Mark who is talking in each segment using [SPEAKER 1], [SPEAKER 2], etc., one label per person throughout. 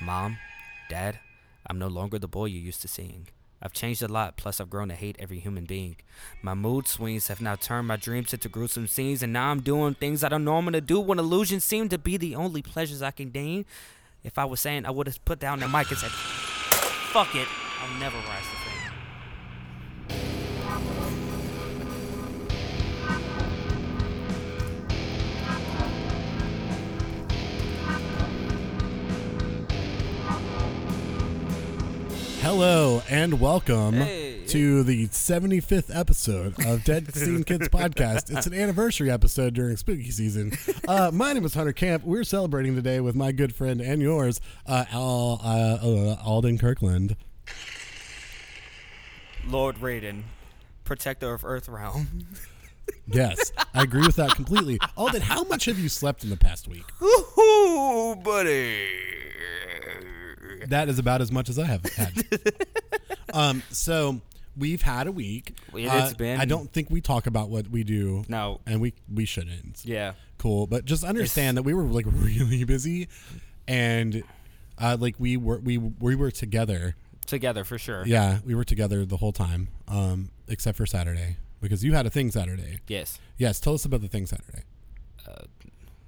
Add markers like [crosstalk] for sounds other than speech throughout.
[SPEAKER 1] Mom, Dad, I'm no longer the boy you used to seeing. I've changed a lot, plus I've grown to hate every human being. My mood swings have now turned my dreams into gruesome scenes, and now I'm doing things I don't normally do when illusions seem to be the only pleasures I can gain. If I was saying, I would have put down the mic and said, Fuck it, I'll never rise to fame.
[SPEAKER 2] Hello and welcome
[SPEAKER 1] Hey.
[SPEAKER 2] to the 75th episode
[SPEAKER 1] [laughs]
[SPEAKER 2] of Dead Scene Kids Podcast. It's an anniversary episode during spooky season. Uh, my name is Hunter Camp. We're celebrating today with my good friend and yours, uh, Al, uh, uh, Alden Kirkland.
[SPEAKER 1] Lord Raiden, protector of Earthrealm.
[SPEAKER 2] Yes, I agree with that completely. Alden, how much have you slept in the past week?
[SPEAKER 1] [laughs] Woohoo, buddy!
[SPEAKER 2] That is about as much as I have
[SPEAKER 1] [laughs]
[SPEAKER 2] had. um, so we've had a week.
[SPEAKER 1] It's
[SPEAKER 2] Uh,
[SPEAKER 1] been-
[SPEAKER 2] I don't think we talk about what we do.
[SPEAKER 1] No.
[SPEAKER 2] and we we shouldn't.
[SPEAKER 1] Yeah.
[SPEAKER 2] cool. But just understand that we were like [laughs] really busy, and uh, like we were we we were together.
[SPEAKER 1] Together for sure.
[SPEAKER 2] Yeah, we were together the whole time, um, except for Saturday because you had a thing Saturday.
[SPEAKER 1] Yes.
[SPEAKER 2] Yes, tell us about the thing Saturday.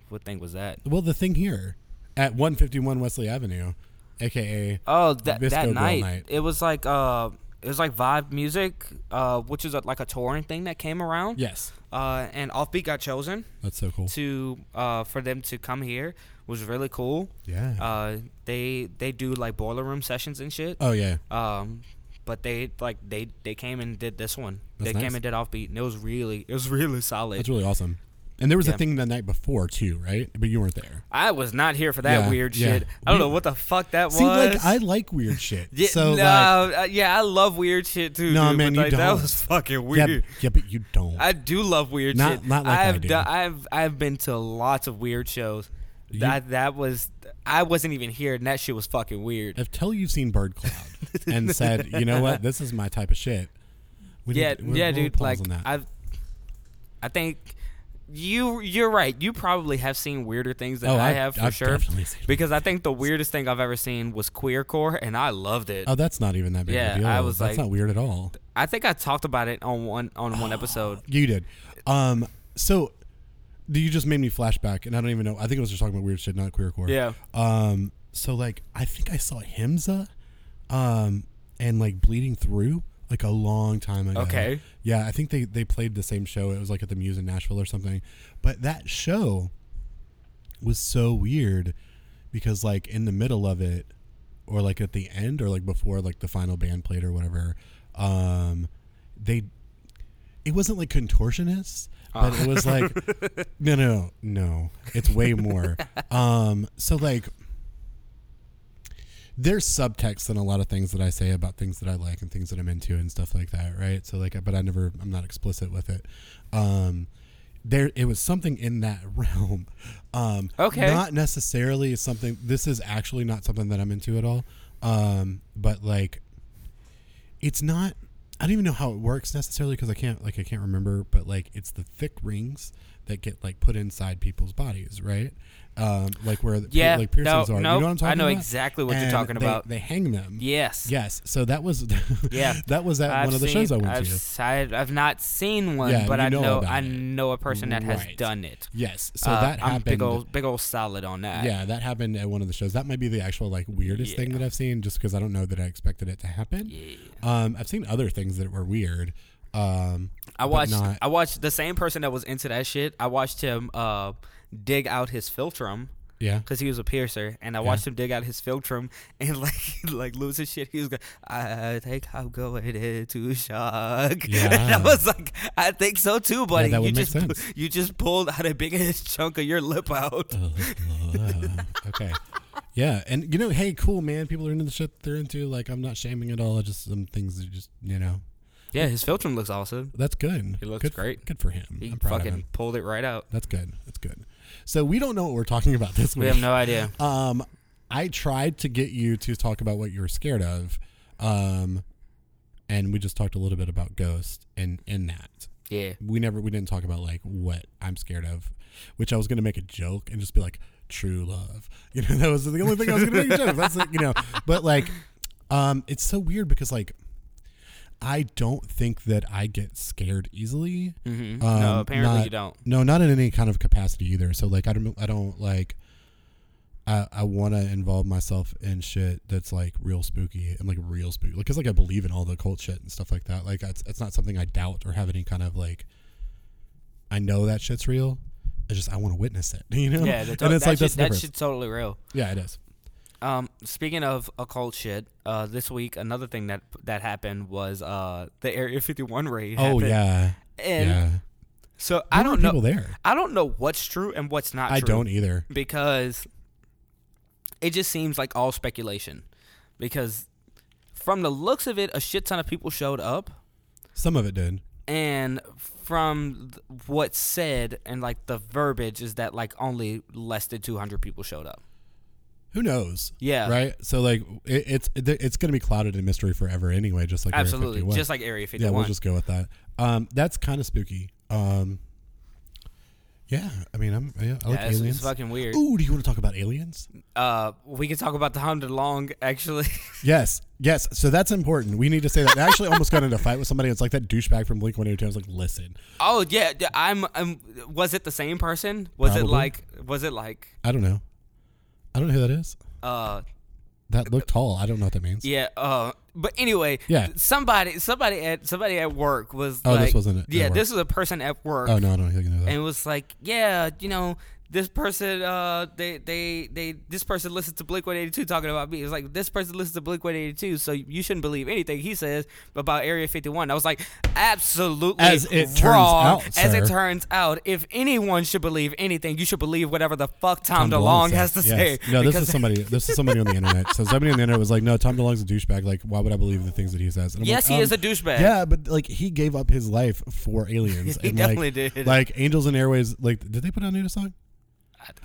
[SPEAKER 1] What thing was that?
[SPEAKER 2] Well, the thing here at one fifty one Wesley Avenue, aka
[SPEAKER 1] Oh, that
[SPEAKER 2] Visco
[SPEAKER 1] that
[SPEAKER 2] Girl
[SPEAKER 1] night,
[SPEAKER 2] night.
[SPEAKER 1] it was like uh, it was like vibe music, uh, which is a, like a touring thing that came around.
[SPEAKER 2] yes,
[SPEAKER 1] Uh, and Offbeat got chosen
[SPEAKER 2] that's so cool.
[SPEAKER 1] to uh for them to come here was really cool.
[SPEAKER 2] Yeah.
[SPEAKER 1] Uh, they they do like boiler room sessions and shit.
[SPEAKER 2] oh yeah,
[SPEAKER 1] Um, but they like they they came and did this one.
[SPEAKER 2] That's
[SPEAKER 1] they
[SPEAKER 2] nice.
[SPEAKER 1] came and did Offbeat, and it was really it was really solid.
[SPEAKER 2] that's really awesome. And there was a
[SPEAKER 1] Yeah.
[SPEAKER 2] thing the night before too, right? But you weren't there.
[SPEAKER 1] I was not here for that
[SPEAKER 2] Yeah,
[SPEAKER 1] weird
[SPEAKER 2] yeah.
[SPEAKER 1] shit. I don't
[SPEAKER 2] We-
[SPEAKER 1] know what the fuck that
[SPEAKER 2] See,
[SPEAKER 1] was.
[SPEAKER 2] like I like weird shit.
[SPEAKER 1] [laughs] yeah, no,
[SPEAKER 2] so like,
[SPEAKER 1] uh, yeah, I love weird shit too.
[SPEAKER 2] No,
[SPEAKER 1] dude,
[SPEAKER 2] man,
[SPEAKER 1] but,
[SPEAKER 2] you
[SPEAKER 1] like, That
[SPEAKER 2] don't.
[SPEAKER 1] was [laughs] fucking
[SPEAKER 2] yeah,
[SPEAKER 1] weird.
[SPEAKER 2] b- yeah, but you don't.
[SPEAKER 1] I do love weird
[SPEAKER 2] Not-
[SPEAKER 1] shit.
[SPEAKER 2] not like I
[SPEAKER 1] I've
[SPEAKER 2] do.
[SPEAKER 1] done- I've I've been to lots of weird shows.
[SPEAKER 2] You-
[SPEAKER 1] that that was I wasn't even here, and that shit was fucking weird.
[SPEAKER 2] until you've seen Bird Cloud and said, you know what, this is my type of shit. We
[SPEAKER 1] Yeah,
[SPEAKER 2] need- we'll-
[SPEAKER 1] yeah,
[SPEAKER 2] we'll
[SPEAKER 1] dude.
[SPEAKER 2] pause
[SPEAKER 1] Like
[SPEAKER 2] on that.
[SPEAKER 1] I've I think you you're right. You probably have seen weirder things than
[SPEAKER 2] Oh,
[SPEAKER 1] I
[SPEAKER 2] I've-
[SPEAKER 1] have for
[SPEAKER 2] I've
[SPEAKER 1] sure.
[SPEAKER 2] definitely seen
[SPEAKER 1] Because I think the weirdest thing I've ever seen was queer core, and I loved it.
[SPEAKER 2] oh, that's not even that big of
[SPEAKER 1] Yeah,
[SPEAKER 2] a deal.
[SPEAKER 1] I was
[SPEAKER 2] that's
[SPEAKER 1] like-
[SPEAKER 2] not weird at all.
[SPEAKER 1] I think I talked about it on one on
[SPEAKER 2] [gasps]
[SPEAKER 1] one episode.
[SPEAKER 2] You did. Um, so you just made me flashback, and I don't even know. I think I was just talking about weird shit, not queer core.
[SPEAKER 1] Yeah.
[SPEAKER 2] Um, so like, I think I saw Himza, um, and like bleeding through like a long time ago.
[SPEAKER 1] Okay.
[SPEAKER 2] Yeah, I think they they played the same show. It was like at the Muse in Nashville or something. But that show was so weird because like in the middle of it or like at the end or like before like the final band played or whatever um they it wasn't like contortionists but it was like no no no it's way more um so like there's subtext in a lot of things that I say about things that I like and things that I'm into and stuff like that, right? So like, but I never, I'm not explicit with it. Um, there, it was something in that [laughs] realm. Um,
[SPEAKER 1] Okay.
[SPEAKER 2] not necessarily something. This is actually not something that I'm into at all. Um, but like, it's not. I don't even know how it works necessarily because I can't like I can't remember. But like, it's the thick rings that get like put inside people's bodies, right? Um, like where the pe-
[SPEAKER 1] Yeah,
[SPEAKER 2] like piercings
[SPEAKER 1] no,
[SPEAKER 2] are.
[SPEAKER 1] no,
[SPEAKER 2] you know what I'm
[SPEAKER 1] I
[SPEAKER 2] talking
[SPEAKER 1] know
[SPEAKER 2] about?
[SPEAKER 1] exactly what you're
[SPEAKER 2] And
[SPEAKER 1] talking
[SPEAKER 2] they-
[SPEAKER 1] about.
[SPEAKER 2] They hang them.
[SPEAKER 1] Yes.
[SPEAKER 2] Yes. So that was. [laughs]
[SPEAKER 1] Yeah.
[SPEAKER 2] That was at
[SPEAKER 1] I've
[SPEAKER 2] one of the
[SPEAKER 1] seen-
[SPEAKER 2] shows I went
[SPEAKER 1] I've,
[SPEAKER 2] to.
[SPEAKER 1] s- I've, I've not seen one,
[SPEAKER 2] Yeah,
[SPEAKER 1] but
[SPEAKER 2] you
[SPEAKER 1] I
[SPEAKER 2] know
[SPEAKER 1] know
[SPEAKER 2] about
[SPEAKER 1] I
[SPEAKER 2] it.
[SPEAKER 1] know a person that has
[SPEAKER 2] Right.
[SPEAKER 1] done it.
[SPEAKER 2] Yes. So
[SPEAKER 1] Uh,
[SPEAKER 2] that
[SPEAKER 1] I'm
[SPEAKER 2] happened.
[SPEAKER 1] big old big old solid on that.
[SPEAKER 2] yeah, that happened at one of the shows. That might be the actual like weirdest thing
[SPEAKER 1] Yeah.
[SPEAKER 2] that I've seen, just because I don't know that I expected it to happen.
[SPEAKER 1] Yeah.
[SPEAKER 2] Um, I've seen other things that were weird. Um,
[SPEAKER 1] I
[SPEAKER 2] but
[SPEAKER 1] watched
[SPEAKER 2] Not,
[SPEAKER 1] I watched the same person that was into that shit. I watched him uh, dig out his filtrum.
[SPEAKER 2] yeah.
[SPEAKER 1] Cause he was a piercer, and I watched him dig out his filtrum [laughs] and like like lose his shit. He was like, "I think I'm going into shock." [laughs] and
[SPEAKER 2] Yeah.
[SPEAKER 1] I was like, "I think so too, buddy."
[SPEAKER 2] that
[SPEAKER 1] you
[SPEAKER 2] would make
[SPEAKER 1] just
[SPEAKER 2] sense. Uh,
[SPEAKER 1] you just pulled out a [laughs] big ass chunk of your lip out.
[SPEAKER 2] [laughs] okay. Yeah, and you know, hey, cool man. People are into the shit they're into. Like, I'm not shaming at all. I just some things that just you know.
[SPEAKER 1] Yeah, his filtrum looks awesome.
[SPEAKER 2] That's good.
[SPEAKER 1] He looks
[SPEAKER 2] good, f-
[SPEAKER 1] great.
[SPEAKER 2] Good for him.
[SPEAKER 1] He
[SPEAKER 2] I'm proud of him.
[SPEAKER 1] fucking pulled it right out.
[SPEAKER 2] That's good. That's good. So we don't know what we're talking about this week.
[SPEAKER 1] [laughs] We have no idea.
[SPEAKER 2] Um, I tried to get you to talk about what you were scared of, um, and we just talked a little bit about ghosts and in that
[SPEAKER 1] [laughs] Yeah.
[SPEAKER 2] we never we didn't talk about like what I'm scared of, which I was gonna make a joke and just be like, true love. [laughs] You know, that was the only thing I was going to make a joke. of. That's like, you know, but like, um, it's so weird because like, I don't think that I get scared easily.
[SPEAKER 1] Mm-hmm.
[SPEAKER 2] Um,
[SPEAKER 1] no, apparently
[SPEAKER 2] not-
[SPEAKER 1] you don't.
[SPEAKER 2] No, not in any kind of capacity either. So like, I don't, I don't like, I, I want to involve myself in shit that's like real spooky and like real spooky. Like, cause like I believe in all the cult shit and stuff like that. Like, that's that's not something I doubt or have any kind of like. I know that shit's real. I just I want to witness it. [laughs] You
[SPEAKER 1] [laughs]
[SPEAKER 2] know.
[SPEAKER 1] Yeah,
[SPEAKER 2] and
[SPEAKER 1] that's
[SPEAKER 2] it's
[SPEAKER 1] that,
[SPEAKER 2] like
[SPEAKER 1] shit,
[SPEAKER 2] that's the
[SPEAKER 1] that
[SPEAKER 2] difference.
[SPEAKER 1] shit's totally real.
[SPEAKER 2] Yeah, it is.
[SPEAKER 1] Um, speaking of occult shit, uh, this week another thing that that happened was uh the Area 51 raid.
[SPEAKER 2] Oh
[SPEAKER 1] happened.
[SPEAKER 2] yeah,
[SPEAKER 1] and
[SPEAKER 2] yeah.
[SPEAKER 1] so
[SPEAKER 2] There
[SPEAKER 1] I
[SPEAKER 2] were
[SPEAKER 1] don't know.
[SPEAKER 2] people there.
[SPEAKER 1] I don't know what's true and what's not.
[SPEAKER 2] I
[SPEAKER 1] true
[SPEAKER 2] don't either.
[SPEAKER 1] because it just seems like all speculation. Because from the looks of it, a shit ton of people showed up,
[SPEAKER 2] Some of it did.
[SPEAKER 1] and from th- what's said and like the verbiage is that like only less than 200 people showed up.
[SPEAKER 2] Who knows?
[SPEAKER 1] Yeah,
[SPEAKER 2] Right. So like it, it's it, it's gonna be clouded in mystery forever anyway. Just like Area
[SPEAKER 1] Absolutely,
[SPEAKER 2] 51.
[SPEAKER 1] just like Area 51.
[SPEAKER 2] yeah, we'll just go with that. Um, that's kind of spooky. Um, yeah. I mean, I'm yeah, I like
[SPEAKER 1] Yeah, it's, it's
[SPEAKER 2] aliens.
[SPEAKER 1] fucking weird.
[SPEAKER 2] Ooh, do you want to talk about aliens?
[SPEAKER 1] Uh, we can talk about the Honda Long actually. [laughs]
[SPEAKER 2] Yes, yes. So that's important. We need to say that. I actually almost got into a fight with somebody. It's like that douchebag from Blink One Eighty Two. I was like, listen,
[SPEAKER 1] oh yeah, d- I'm, I'm. Was it the same person? Was it
[SPEAKER 2] Probably.
[SPEAKER 1] like? Was it like?
[SPEAKER 2] I don't know, I don't know who that is.
[SPEAKER 1] Uh,
[SPEAKER 2] That looked tall. I don't know what that means.
[SPEAKER 1] yeah. Uh, but anyway,
[SPEAKER 2] Yeah.
[SPEAKER 1] Somebody, somebody at somebody at work was.
[SPEAKER 2] Oh, this
[SPEAKER 1] like,
[SPEAKER 2] wasn't it. It
[SPEAKER 1] Yeah,
[SPEAKER 2] worked.
[SPEAKER 1] this was a person at work,
[SPEAKER 2] Oh no, I don't think I know that.
[SPEAKER 1] and was like, yeah, you know. This person, uh, they, they, they, this person listens to Blink 182 talking about me. It's like, this person listens to Blink 182, so you shouldn't believe anything he says about Area 51. I was like, absolutely
[SPEAKER 2] As it turns
[SPEAKER 1] wrong.
[SPEAKER 2] out,
[SPEAKER 1] As
[SPEAKER 2] sir.
[SPEAKER 1] it turns out, if anyone should believe anything, you should believe whatever the fuck Tom,
[SPEAKER 2] Tom
[SPEAKER 1] DeLong
[SPEAKER 2] DeLonge
[SPEAKER 1] has to
[SPEAKER 2] said.
[SPEAKER 1] say.
[SPEAKER 2] Yes. No, this
[SPEAKER 1] because-
[SPEAKER 2] is somebody. This is somebody on the internet. So somebody on the internet was like, "No, Tom DeLonge's a douchebag. Like, why would I believe the things that he says?" And I'm
[SPEAKER 1] Yes,
[SPEAKER 2] like,
[SPEAKER 1] he is
[SPEAKER 2] um,
[SPEAKER 1] a douchebag.
[SPEAKER 2] Yeah, but like he gave up his life for aliens.
[SPEAKER 1] [laughs] He
[SPEAKER 2] and,
[SPEAKER 1] definitely
[SPEAKER 2] like,
[SPEAKER 1] did.
[SPEAKER 2] Like Angels and Airways. Like, did they put out a new song?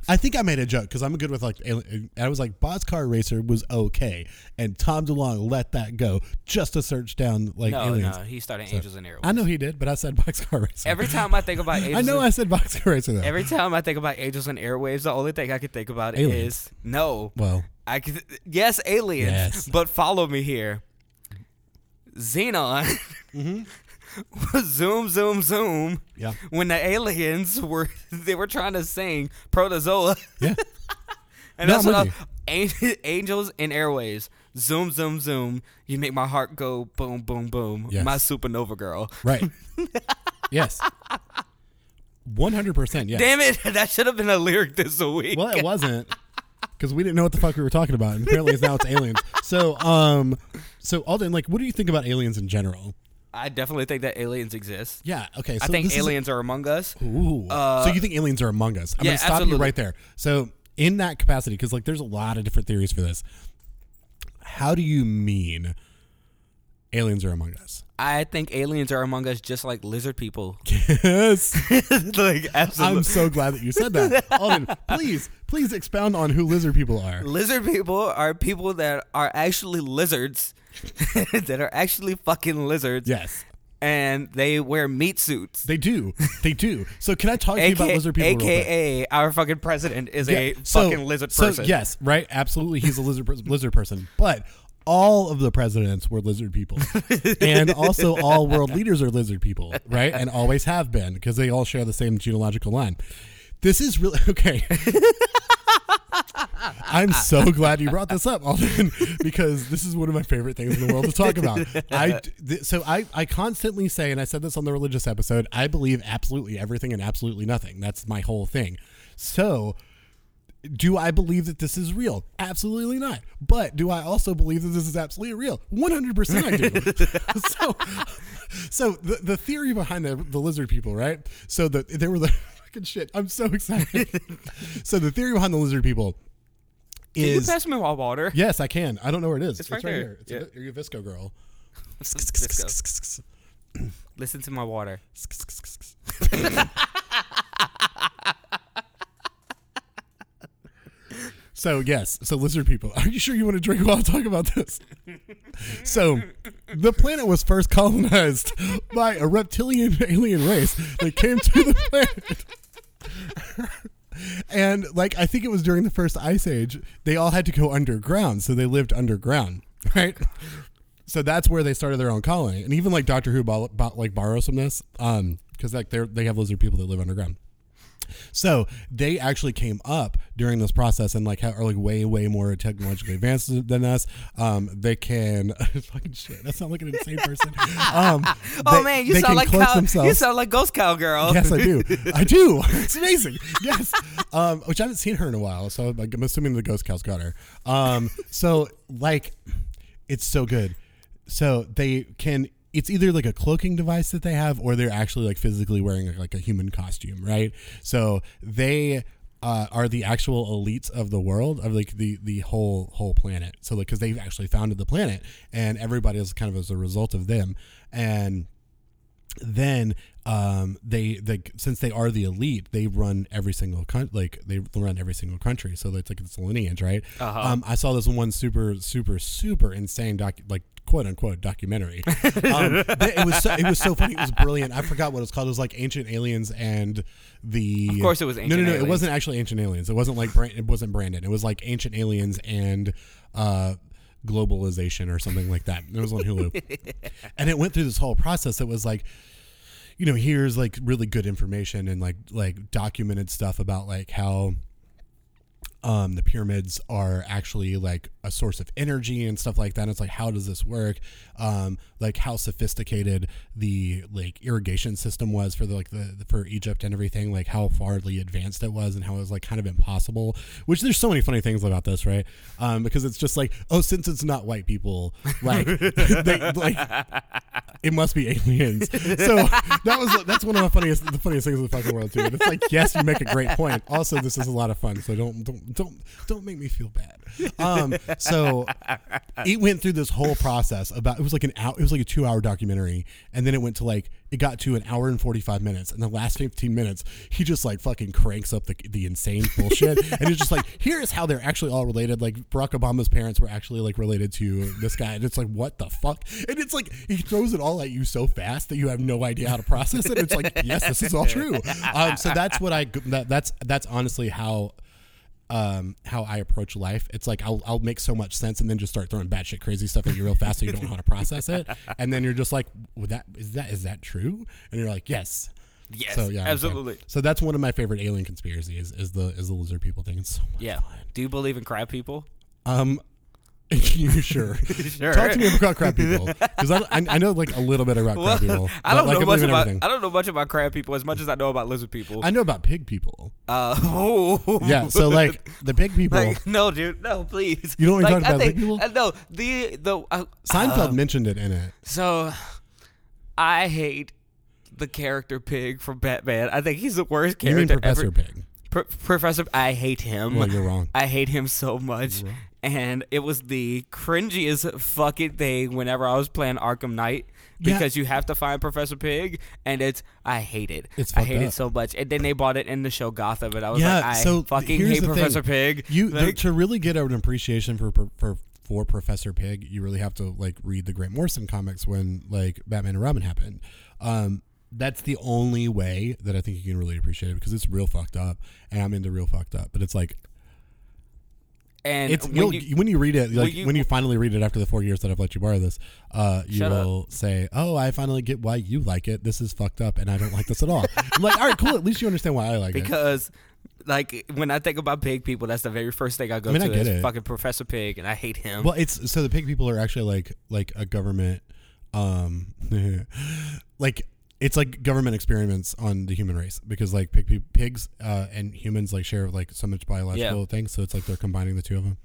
[SPEAKER 2] I think I made a joke because I'm good with like alien- I was like Boxcar Racer was okay and Tom DeLonge let that go just to search down
[SPEAKER 1] [laughs]
[SPEAKER 2] like
[SPEAKER 1] no,
[SPEAKER 2] aliens.
[SPEAKER 1] no, he started Angels and
[SPEAKER 2] I
[SPEAKER 1] Airways.
[SPEAKER 2] know he did, but I said Boxcar Racer.
[SPEAKER 1] Every time I think about Angels,
[SPEAKER 2] [laughs] I know
[SPEAKER 1] and,
[SPEAKER 2] I said Boxcar Racer though.
[SPEAKER 1] every time I think about Angels and Airwaves, the only thing I can think about
[SPEAKER 2] Aliens.
[SPEAKER 1] is no.
[SPEAKER 2] well,
[SPEAKER 1] I could, yes, aliens,
[SPEAKER 2] Yes.
[SPEAKER 1] but follow me here. Xenon,
[SPEAKER 2] Mm-hmm.
[SPEAKER 1] [laughs] zoom, zoom, zoom. [laughs]
[SPEAKER 2] yeah,
[SPEAKER 1] When the aliens were, [laughs] they were trying to sing protozoa, [laughs]
[SPEAKER 2] yeah.
[SPEAKER 1] and
[SPEAKER 2] No,
[SPEAKER 1] that's
[SPEAKER 2] I'm
[SPEAKER 1] what I,
[SPEAKER 2] with
[SPEAKER 1] Ang- [laughs] angels and airwaves. Zoom, zoom, zoom. You make my heart go boom, boom, boom.
[SPEAKER 2] Yes.
[SPEAKER 1] My supernova girl.
[SPEAKER 2] [laughs] Right. yes. One hundred percent. Yes.
[SPEAKER 1] Damn it! [laughs] That should have been a lyric this week.
[SPEAKER 2] Well, it wasn't because we didn't know what the fuck we were talking about. And apparently, it's now it's aliens. So, um, so Alden, like, what do you think about aliens in general?
[SPEAKER 1] I definitely think that aliens exist.
[SPEAKER 2] Yeah. Okay. So
[SPEAKER 1] I think
[SPEAKER 2] this is-
[SPEAKER 1] aliens are among us.
[SPEAKER 2] Ooh.
[SPEAKER 1] Uh,
[SPEAKER 2] so you think aliens are among us? I'm
[SPEAKER 1] yeah,
[SPEAKER 2] gonna stop
[SPEAKER 1] absolutely.
[SPEAKER 2] you right there. So in that capacity, because like there's a lot of different theories for this. How do you mean aliens are among us? [laughs]
[SPEAKER 1] I think aliens are among us just like lizard people.
[SPEAKER 2] Yes.
[SPEAKER 1] [laughs] like
[SPEAKER 2] I'm
[SPEAKER 1] absolutely.
[SPEAKER 2] so glad that you said that. Alden, please, please expound on who lizard people are.
[SPEAKER 1] [laughs] Lizard people are people that are actually lizards [laughs] that are actually fucking lizards
[SPEAKER 2] Yes.
[SPEAKER 1] and they wear meat suits.
[SPEAKER 2] They do. They do. So can I talk to you about
[SPEAKER 1] AKA,
[SPEAKER 2] lizard people? real quick?
[SPEAKER 1] AKA our fucking president is
[SPEAKER 2] Yeah,
[SPEAKER 1] a
[SPEAKER 2] so-
[SPEAKER 1] fucking lizard
[SPEAKER 2] so
[SPEAKER 1] person.
[SPEAKER 2] yes, right. Absolutely, he's a lizard pers- lizard person. But all of the presidents were lizard
[SPEAKER 1] [laughs]
[SPEAKER 2] people, and also all world leaders are lizard people, right? And always have been because they all share the same genealogical line. This is really [laughs] okay. I'm so glad you brought this up, Alden, [laughs] because this is one of my favorite things in the world to talk about. I th- so I I constantly say, and I said this on the religious episode. I believe absolutely everything and absolutely nothing. That's my whole thing. So do I believe that this is real? Absolutely not. But do I also believe that this is absolutely real? 100%
[SPEAKER 1] [laughs]
[SPEAKER 2] I do. [laughs] so so the, the theory behind the, the lizard people, right? So the, they were the [laughs] fucking shit. I'm
[SPEAKER 1] [laughs]
[SPEAKER 2] so excited. so the theory behind the lizard people
[SPEAKER 1] Can you
[SPEAKER 2] is
[SPEAKER 1] pass me my water? [laughs]
[SPEAKER 2] yes, I can. I don't know where it is. It's
[SPEAKER 1] right there.
[SPEAKER 2] It's a, you're a Visco girl. [laughs]
[SPEAKER 1] Visco. Listen to my water.
[SPEAKER 2] so yes, so lizard people. Are you sure you want to drink while I talk about this? So the planet was first colonized by a reptilian alien race that came to the planet. And like I think it was during the first ice age, they all had to go underground, so they lived underground, [laughs] right? So that's where they started their own colony. And even like Doctor Who bo- bo- like borrows from this um cuz like they they have lizard people that live underground. So they actually came up during this process and like ha- are like way way more technologically advanced than us. Um, they can [laughs] fucking shit. That sounds like an
[SPEAKER 1] [laughs]
[SPEAKER 2] insane person. Um,
[SPEAKER 1] Oh
[SPEAKER 2] they-
[SPEAKER 1] man, you
[SPEAKER 2] they
[SPEAKER 1] sound
[SPEAKER 2] can
[SPEAKER 1] like
[SPEAKER 2] cloak
[SPEAKER 1] cow- you
[SPEAKER 2] themselves.
[SPEAKER 1] sound like Ghost Cowgirl. [laughs]
[SPEAKER 2] Yes, I do. I do. It's amazing. Yes. Um, which I haven't seen her in a while, so like, I'm assuming the ghost cow's got her. Um, so like, it's so good. So they can. It's either like a cloaking device that they have, or they're actually like physically wearing like a human costume, right? So they. Uh, are the actual elites of the world of like the the whole whole planet so like because they've actually founded the planet and everybody is kind of as a result of them and then um, they they since they are the elite, they run every single coun like they run every single country. So it's like it's a lineage, right?
[SPEAKER 1] Uh-huh.
[SPEAKER 2] Um, I saw this one super super super insane doc like quote
[SPEAKER 1] [laughs]
[SPEAKER 2] unquote documentary. um, that- it was so, it was so funny. It was brilliant. I forgot what it was called. It was like Ancient Aliens and the
[SPEAKER 1] Of course it was
[SPEAKER 2] no
[SPEAKER 1] Ancient
[SPEAKER 2] no no.
[SPEAKER 1] Aliens.
[SPEAKER 2] It wasn't actually Ancient Aliens. It wasn't like Bran- it wasn't Brandon. It was like Ancient Aliens and. Uh, globalization or something like that. It was
[SPEAKER 1] [laughs]
[SPEAKER 2] on Hulu. and it went through this whole process that was like you know here's like really good information and like like documented stuff about like how um the pyramids are actually like a source of energy and stuff like that it's like how does this work um like how sophisticated the like irrigation system was for the like the, the for egypt and everything like how farly advanced it was and how it was like kind of impossible which there's so many funny things about this right um because it's just like oh since it's not white people like [laughs] they like it must be aliens. So that was that's one of the funniest the funniest things in the fucking world too. And it's like, yes, you make a great point. Also, this is a lot of fun. So don't don't don't don't make me feel bad. Um, so it went through this whole process about it was like an hour it was like a two hour documentary, and then it went to like it got to an hour and forty five minutes, and the last fifteen minutes he just like fucking cranks up the the insane bullshit, and it's just like here is how they're actually all related. Like Barack Obama's parents were actually like related to this guy, and it's like what the fuck, and it's like he throws it all at you so fast that you have no idea how to process it. It's like yes, this is all true. Um, so that's what I that, that's that's honestly how um, how I approach life. It's like I'll, I'll make so much sense and then just start throwing batshit crazy stuff at you real fast so you don't know how to
[SPEAKER 1] [laughs]
[SPEAKER 2] process it. And then you're just like, well, that is that is that true? And you're like, yes.
[SPEAKER 1] Yes,
[SPEAKER 2] So yeah, okay.
[SPEAKER 1] absolutely.
[SPEAKER 2] So that's one of my favorite alien conspiracies is the is the lizard people thing. It's so much
[SPEAKER 1] Yeah.
[SPEAKER 2] fun.
[SPEAKER 1] Do you believe in crab people?
[SPEAKER 2] Um, [laughs] you sure?
[SPEAKER 1] [laughs] Sure.
[SPEAKER 2] Talk to me about crab people because I, I I know like a little bit about
[SPEAKER 1] Well, [laughs]
[SPEAKER 2] crab people.
[SPEAKER 1] I
[SPEAKER 2] but,
[SPEAKER 1] don't
[SPEAKER 2] like,
[SPEAKER 1] know much
[SPEAKER 2] believe in
[SPEAKER 1] about
[SPEAKER 2] everything.
[SPEAKER 1] I don't know much about crab people as much as I know about lizard people.
[SPEAKER 2] I know about pig people.
[SPEAKER 1] uh, [laughs] oh.
[SPEAKER 2] Yeah. So like the pig people.
[SPEAKER 1] [laughs] Like, no, dude, no, please.
[SPEAKER 2] You don't wanna
[SPEAKER 1] like,
[SPEAKER 2] talk
[SPEAKER 1] I
[SPEAKER 2] about
[SPEAKER 1] think,
[SPEAKER 2] big people?
[SPEAKER 1] uh, no, the the uh,
[SPEAKER 2] Seinfeld
[SPEAKER 1] uh,
[SPEAKER 2] mentioned it in it.
[SPEAKER 1] so, I hate the character Pig from Batman. I think he's the worst
[SPEAKER 2] You
[SPEAKER 1] character
[SPEAKER 2] mean Professor
[SPEAKER 1] ever.
[SPEAKER 2] Pig?
[SPEAKER 1] Pr- Professor, I hate him.
[SPEAKER 2] Well, you're wrong.
[SPEAKER 1] I hate him so much.
[SPEAKER 2] Mm-hmm.
[SPEAKER 1] And it was the cringiest fucking thing whenever I was playing Arkham Knight
[SPEAKER 2] Yeah.
[SPEAKER 1] because you have to find Professor Pig, and it's I hate it.
[SPEAKER 2] It's
[SPEAKER 1] I
[SPEAKER 2] fucked
[SPEAKER 1] hate
[SPEAKER 2] up.
[SPEAKER 1] it so much. And then they bought it in the show Gotham, and I was
[SPEAKER 2] yeah,
[SPEAKER 1] like, I
[SPEAKER 2] so
[SPEAKER 1] fucking
[SPEAKER 2] here's
[SPEAKER 1] hate
[SPEAKER 2] the
[SPEAKER 1] Professor
[SPEAKER 2] thing.
[SPEAKER 1] Pig.
[SPEAKER 2] You th-
[SPEAKER 1] Like-
[SPEAKER 2] to really get an appreciation for for for Professor Pig, you really have to like read the Grant Morrison comics when like Batman and Robin happened. Um, that's the only way that I think you can really appreciate it because it's real fucked up, and I'm into real fucked up. But it's like
[SPEAKER 1] and
[SPEAKER 2] it's
[SPEAKER 1] when
[SPEAKER 2] you'll- when
[SPEAKER 1] you-
[SPEAKER 2] you, read it, like
[SPEAKER 1] you-
[SPEAKER 2] when you finally read it after the four years that I've let you borrow this, uh, you
[SPEAKER 1] Shut up.
[SPEAKER 2] will say, "Oh, I finally get why you like it. This is fucked up, and I don't like this at all." I'm like, "All right, cool. At least you understand why I like it."
[SPEAKER 1] because like when I think about pig people, that's the very first thing I go
[SPEAKER 2] I mean, I
[SPEAKER 1] to is
[SPEAKER 2] get it.
[SPEAKER 1] fucking Professor Pig, and I hate him.
[SPEAKER 2] Well, it's so the pig people are actually like like a government, um, [laughs] like it's like government experiments on the human race because like pig, pig pigs uh, and humans like share like so much biological
[SPEAKER 1] Yeah.
[SPEAKER 2] things, so it's like they're combining the two of
[SPEAKER 1] [laughs]
[SPEAKER 2] them.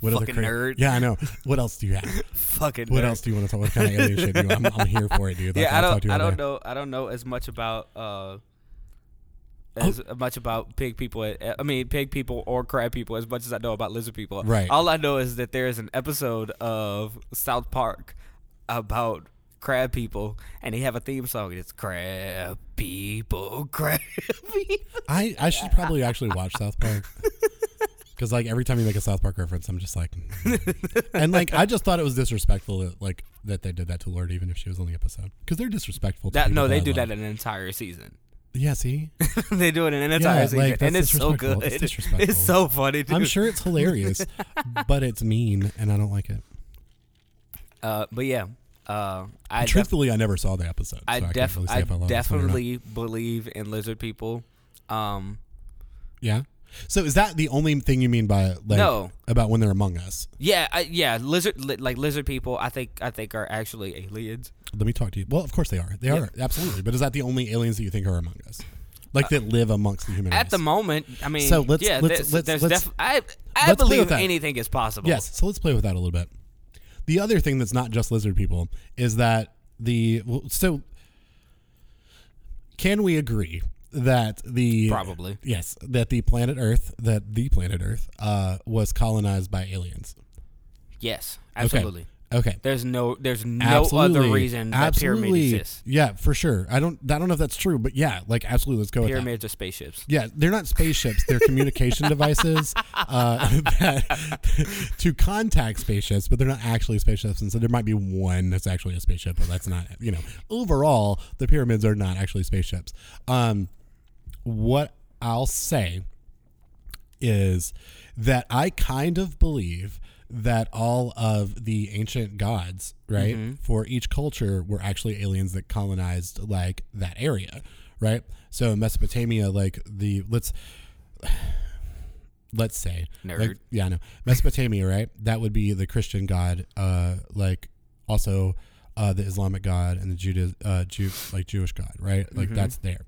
[SPEAKER 2] What other
[SPEAKER 1] Fucking
[SPEAKER 2] cra-
[SPEAKER 1] nerd.
[SPEAKER 2] Yeah, I know. What else do you have?
[SPEAKER 1] fucking
[SPEAKER 2] What
[SPEAKER 1] nerd.
[SPEAKER 2] else do you want to talk? What kind of alien shit do you want? I'm, I'm here for it, dude.
[SPEAKER 1] [laughs]
[SPEAKER 2] Like,
[SPEAKER 1] yeah, I
[SPEAKER 2] I'll talk to
[SPEAKER 1] don't.
[SPEAKER 2] you
[SPEAKER 1] I
[SPEAKER 2] all
[SPEAKER 1] don't
[SPEAKER 2] day.
[SPEAKER 1] know. I don't know as much about uh,
[SPEAKER 2] Oh.
[SPEAKER 1] as much about pig people. a- I mean, pig people or crab people as much as I know about lizard people.
[SPEAKER 2] Right.
[SPEAKER 1] All I know is that there is an episode of South Park about crab people, and they have a theme song. and It's crab people, [laughs] crab people.
[SPEAKER 2] I, I should probably actually watch South Park. Because like every time you make a South Park reference, I'm just like, mm. and like I just thought it was disrespectful that like that they did that to Lord, even if she was on the episode, because they're disrespectful. To
[SPEAKER 1] That
[SPEAKER 2] people
[SPEAKER 1] no, they do
[SPEAKER 2] I
[SPEAKER 1] that
[SPEAKER 2] love.
[SPEAKER 1] in an entire season. [laughs]
[SPEAKER 2] Yeah, see,
[SPEAKER 1] they do it in an
[SPEAKER 2] Yeah,
[SPEAKER 1] entire season,
[SPEAKER 2] like, that's
[SPEAKER 1] and it's so good. [laughs]
[SPEAKER 2] disrespectful. That's disrespectful.
[SPEAKER 1] It's so funny. Dude.
[SPEAKER 2] I'm sure
[SPEAKER 1] [laughs]
[SPEAKER 2] it's hilarious, but it's mean, and I don't like it.
[SPEAKER 1] Uh, but yeah, uh, I def-
[SPEAKER 2] Truthfully, I never saw the episode.
[SPEAKER 1] I,
[SPEAKER 2] so I,
[SPEAKER 1] def-
[SPEAKER 2] can't really say
[SPEAKER 1] I
[SPEAKER 2] if I love this one or not.
[SPEAKER 1] definitely believe in lizard people. Um,
[SPEAKER 2] Yeah. So is that the only thing you mean by like
[SPEAKER 1] No.
[SPEAKER 2] about when they're among us?
[SPEAKER 1] yeah, I, yeah, lizard li- like lizard people. I think I think are actually aliens.
[SPEAKER 2] Let me talk to you. Well, of course they are. They
[SPEAKER 1] Yeah.
[SPEAKER 2] are absolutely. But is that the only aliens that you think are among us, like that live amongst the human
[SPEAKER 1] Uh, At the
[SPEAKER 2] race?
[SPEAKER 1] moment, I mean,
[SPEAKER 2] So let's-
[SPEAKER 1] yeah,
[SPEAKER 2] let's-
[SPEAKER 1] there's,
[SPEAKER 2] let's-
[SPEAKER 1] there's
[SPEAKER 2] let's-
[SPEAKER 1] def- I I
[SPEAKER 2] let's play with
[SPEAKER 1] believe
[SPEAKER 2] that.
[SPEAKER 1] anything is possible.
[SPEAKER 2] yes. So let's play with that a little bit. The other thing that's not just lizard people is that the well, so can we agree that the
[SPEAKER 1] Probably.
[SPEAKER 2] yes that the planet Earth that the planet Earth uh, was colonized by aliens?
[SPEAKER 1] yes,
[SPEAKER 2] Okay.
[SPEAKER 1] absolutely.
[SPEAKER 2] Okay.
[SPEAKER 1] There's no there's no
[SPEAKER 2] absolutely.
[SPEAKER 1] other reason that
[SPEAKER 2] absolutely.
[SPEAKER 1] pyramid exists.
[SPEAKER 2] Yeah, for sure. I don't. I don't know if that's true, but yeah, like absolutely. Let's go with that.
[SPEAKER 1] Pyramids are spaceships.
[SPEAKER 2] Yeah, they're not spaceships. They're communication devices uh, [laughs] that, to contact spaceships, but they're not actually spaceships. And so there might be one that's actually a spaceship, but that's not, you know, overall, the pyramids are not actually spaceships. Um, what I'll say is that I kind of believe that all of the ancient gods, right, for each culture were actually aliens that colonized like that area, right? So in Mesopotamia, like the let's [sighs] let's say
[SPEAKER 1] Nerd.
[SPEAKER 2] like- yeah, I know Mesopotamia, right? That would be the Christian god, uh, like also uh, the Islamic god and the Judah, uh, Jew, like Jewish god, right? Like that's there.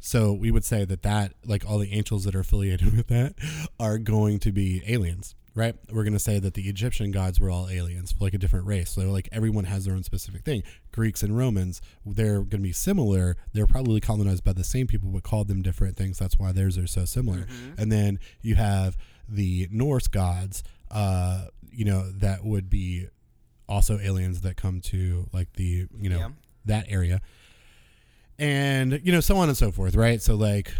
[SPEAKER 2] So we would say that that like all the angels that are affiliated [laughs] with that are going to be aliens, right? We're going to say that the Egyptian gods were all aliens, like a different race. So like everyone has their own specific thing. Greeks and Romans, they're going to be similar. They're probably colonized by the same people, but called them different things. That's why theirs are so similar. And then you have the Norse gods, uh, you know, that would be also aliens that come to like the you know
[SPEAKER 1] Yeah.
[SPEAKER 2] that area and you know so on and so forth right so like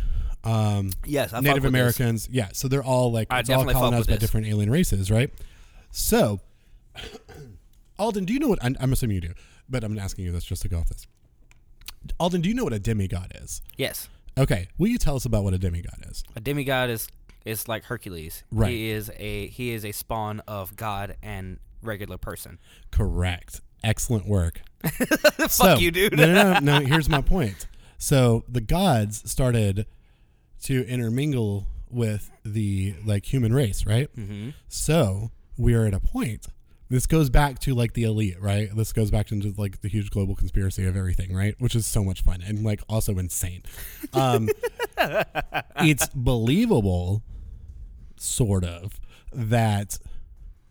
[SPEAKER 2] um
[SPEAKER 1] Yes, I fuck
[SPEAKER 2] native
[SPEAKER 1] with this.
[SPEAKER 2] americans yeah so they're all like
[SPEAKER 1] I
[SPEAKER 2] it's all
[SPEAKER 1] definitely fuck
[SPEAKER 2] colonized
[SPEAKER 1] with
[SPEAKER 2] by
[SPEAKER 1] this.
[SPEAKER 2] different alien races right so [coughs] alden do you know what I'm, I'm assuming you do but i'm asking you this just to go off this alden do you know what a demigod is
[SPEAKER 1] Yes,
[SPEAKER 2] okay will you tell us about what a demigod is
[SPEAKER 1] a demigod is is like Hercules.
[SPEAKER 2] Right.
[SPEAKER 1] He is a he is a spawn of God and regular person.
[SPEAKER 2] Correct. Excellent work. Fuck
[SPEAKER 1] you, dude.
[SPEAKER 2] no, no, no, no. Here's my point. So the gods started to intermingle with the like human race, right? Mm-hmm. So we are at a point. This goes back to like the elite, right? This goes back into like the huge global conspiracy of everything, right? Which is so much fun and like also insane. Um,
[SPEAKER 1] [laughs]
[SPEAKER 2] it's believable, sort of, that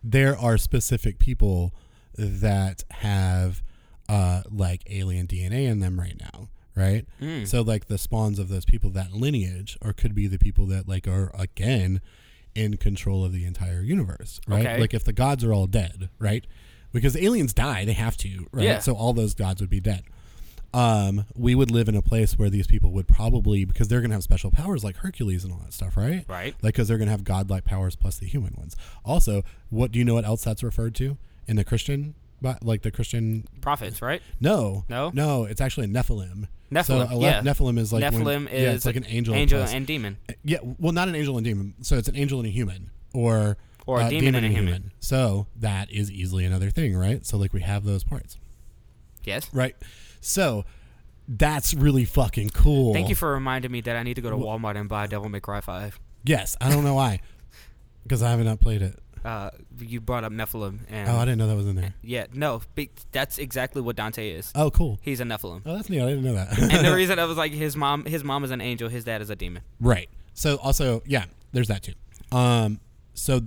[SPEAKER 2] there are specific people that have uh, like alien DNA in them right now, right?
[SPEAKER 1] Hmm.
[SPEAKER 2] So like the spawns of those people, that lineage, or could be the people that like are again in control of the entire universe, right?
[SPEAKER 1] Okay.
[SPEAKER 2] Like if the gods are all dead, right? Because the aliens die, they have to, right?
[SPEAKER 1] Yeah.
[SPEAKER 2] So all those gods would be dead. Um, we would live in a place where these people would probably because they're gonna have special powers like Hercules and all that stuff, right?
[SPEAKER 1] Right.
[SPEAKER 2] like because they're going to have godlike powers plus the human ones. Also, what do you know? What else that's referred to in the Christian, but like the Christian?
[SPEAKER 1] Prophets, right?
[SPEAKER 2] No,
[SPEAKER 1] No?
[SPEAKER 2] no. It's actually a Nephilim.
[SPEAKER 1] Nephilim,
[SPEAKER 2] So a
[SPEAKER 1] yeah.
[SPEAKER 2] Nephilim is like when-
[SPEAKER 1] Nephilim is
[SPEAKER 2] yeah, it's like an angel.
[SPEAKER 1] angel
[SPEAKER 2] plus-
[SPEAKER 1] and demon.
[SPEAKER 2] yeah, well, not an angel and demon. So it's an angel and a human, or
[SPEAKER 1] Or a
[SPEAKER 2] uh,
[SPEAKER 1] demon and a human.
[SPEAKER 2] So that is easily another thing, right? So like we have those parts,
[SPEAKER 1] Yes.
[SPEAKER 2] right? So that's really fucking cool.
[SPEAKER 1] Thank you for reminding me that I need to go to Walmart and buy Devil May Cry Five.
[SPEAKER 2] Yes, I don't know why, because I haven't played it.
[SPEAKER 1] Uh, you brought up Nephilim, and
[SPEAKER 2] Oh, I didn't know that was in there.
[SPEAKER 1] yeah, no, be- that's exactly what Dante is.
[SPEAKER 2] Oh, cool.
[SPEAKER 1] He's a Nephilim.
[SPEAKER 2] [laughs] Oh, that's neat. I didn't know that.
[SPEAKER 1] and the reason I was like his mom his mom is an angel, his dad is a demon.
[SPEAKER 2] right. So also, yeah, there's that too. Um, so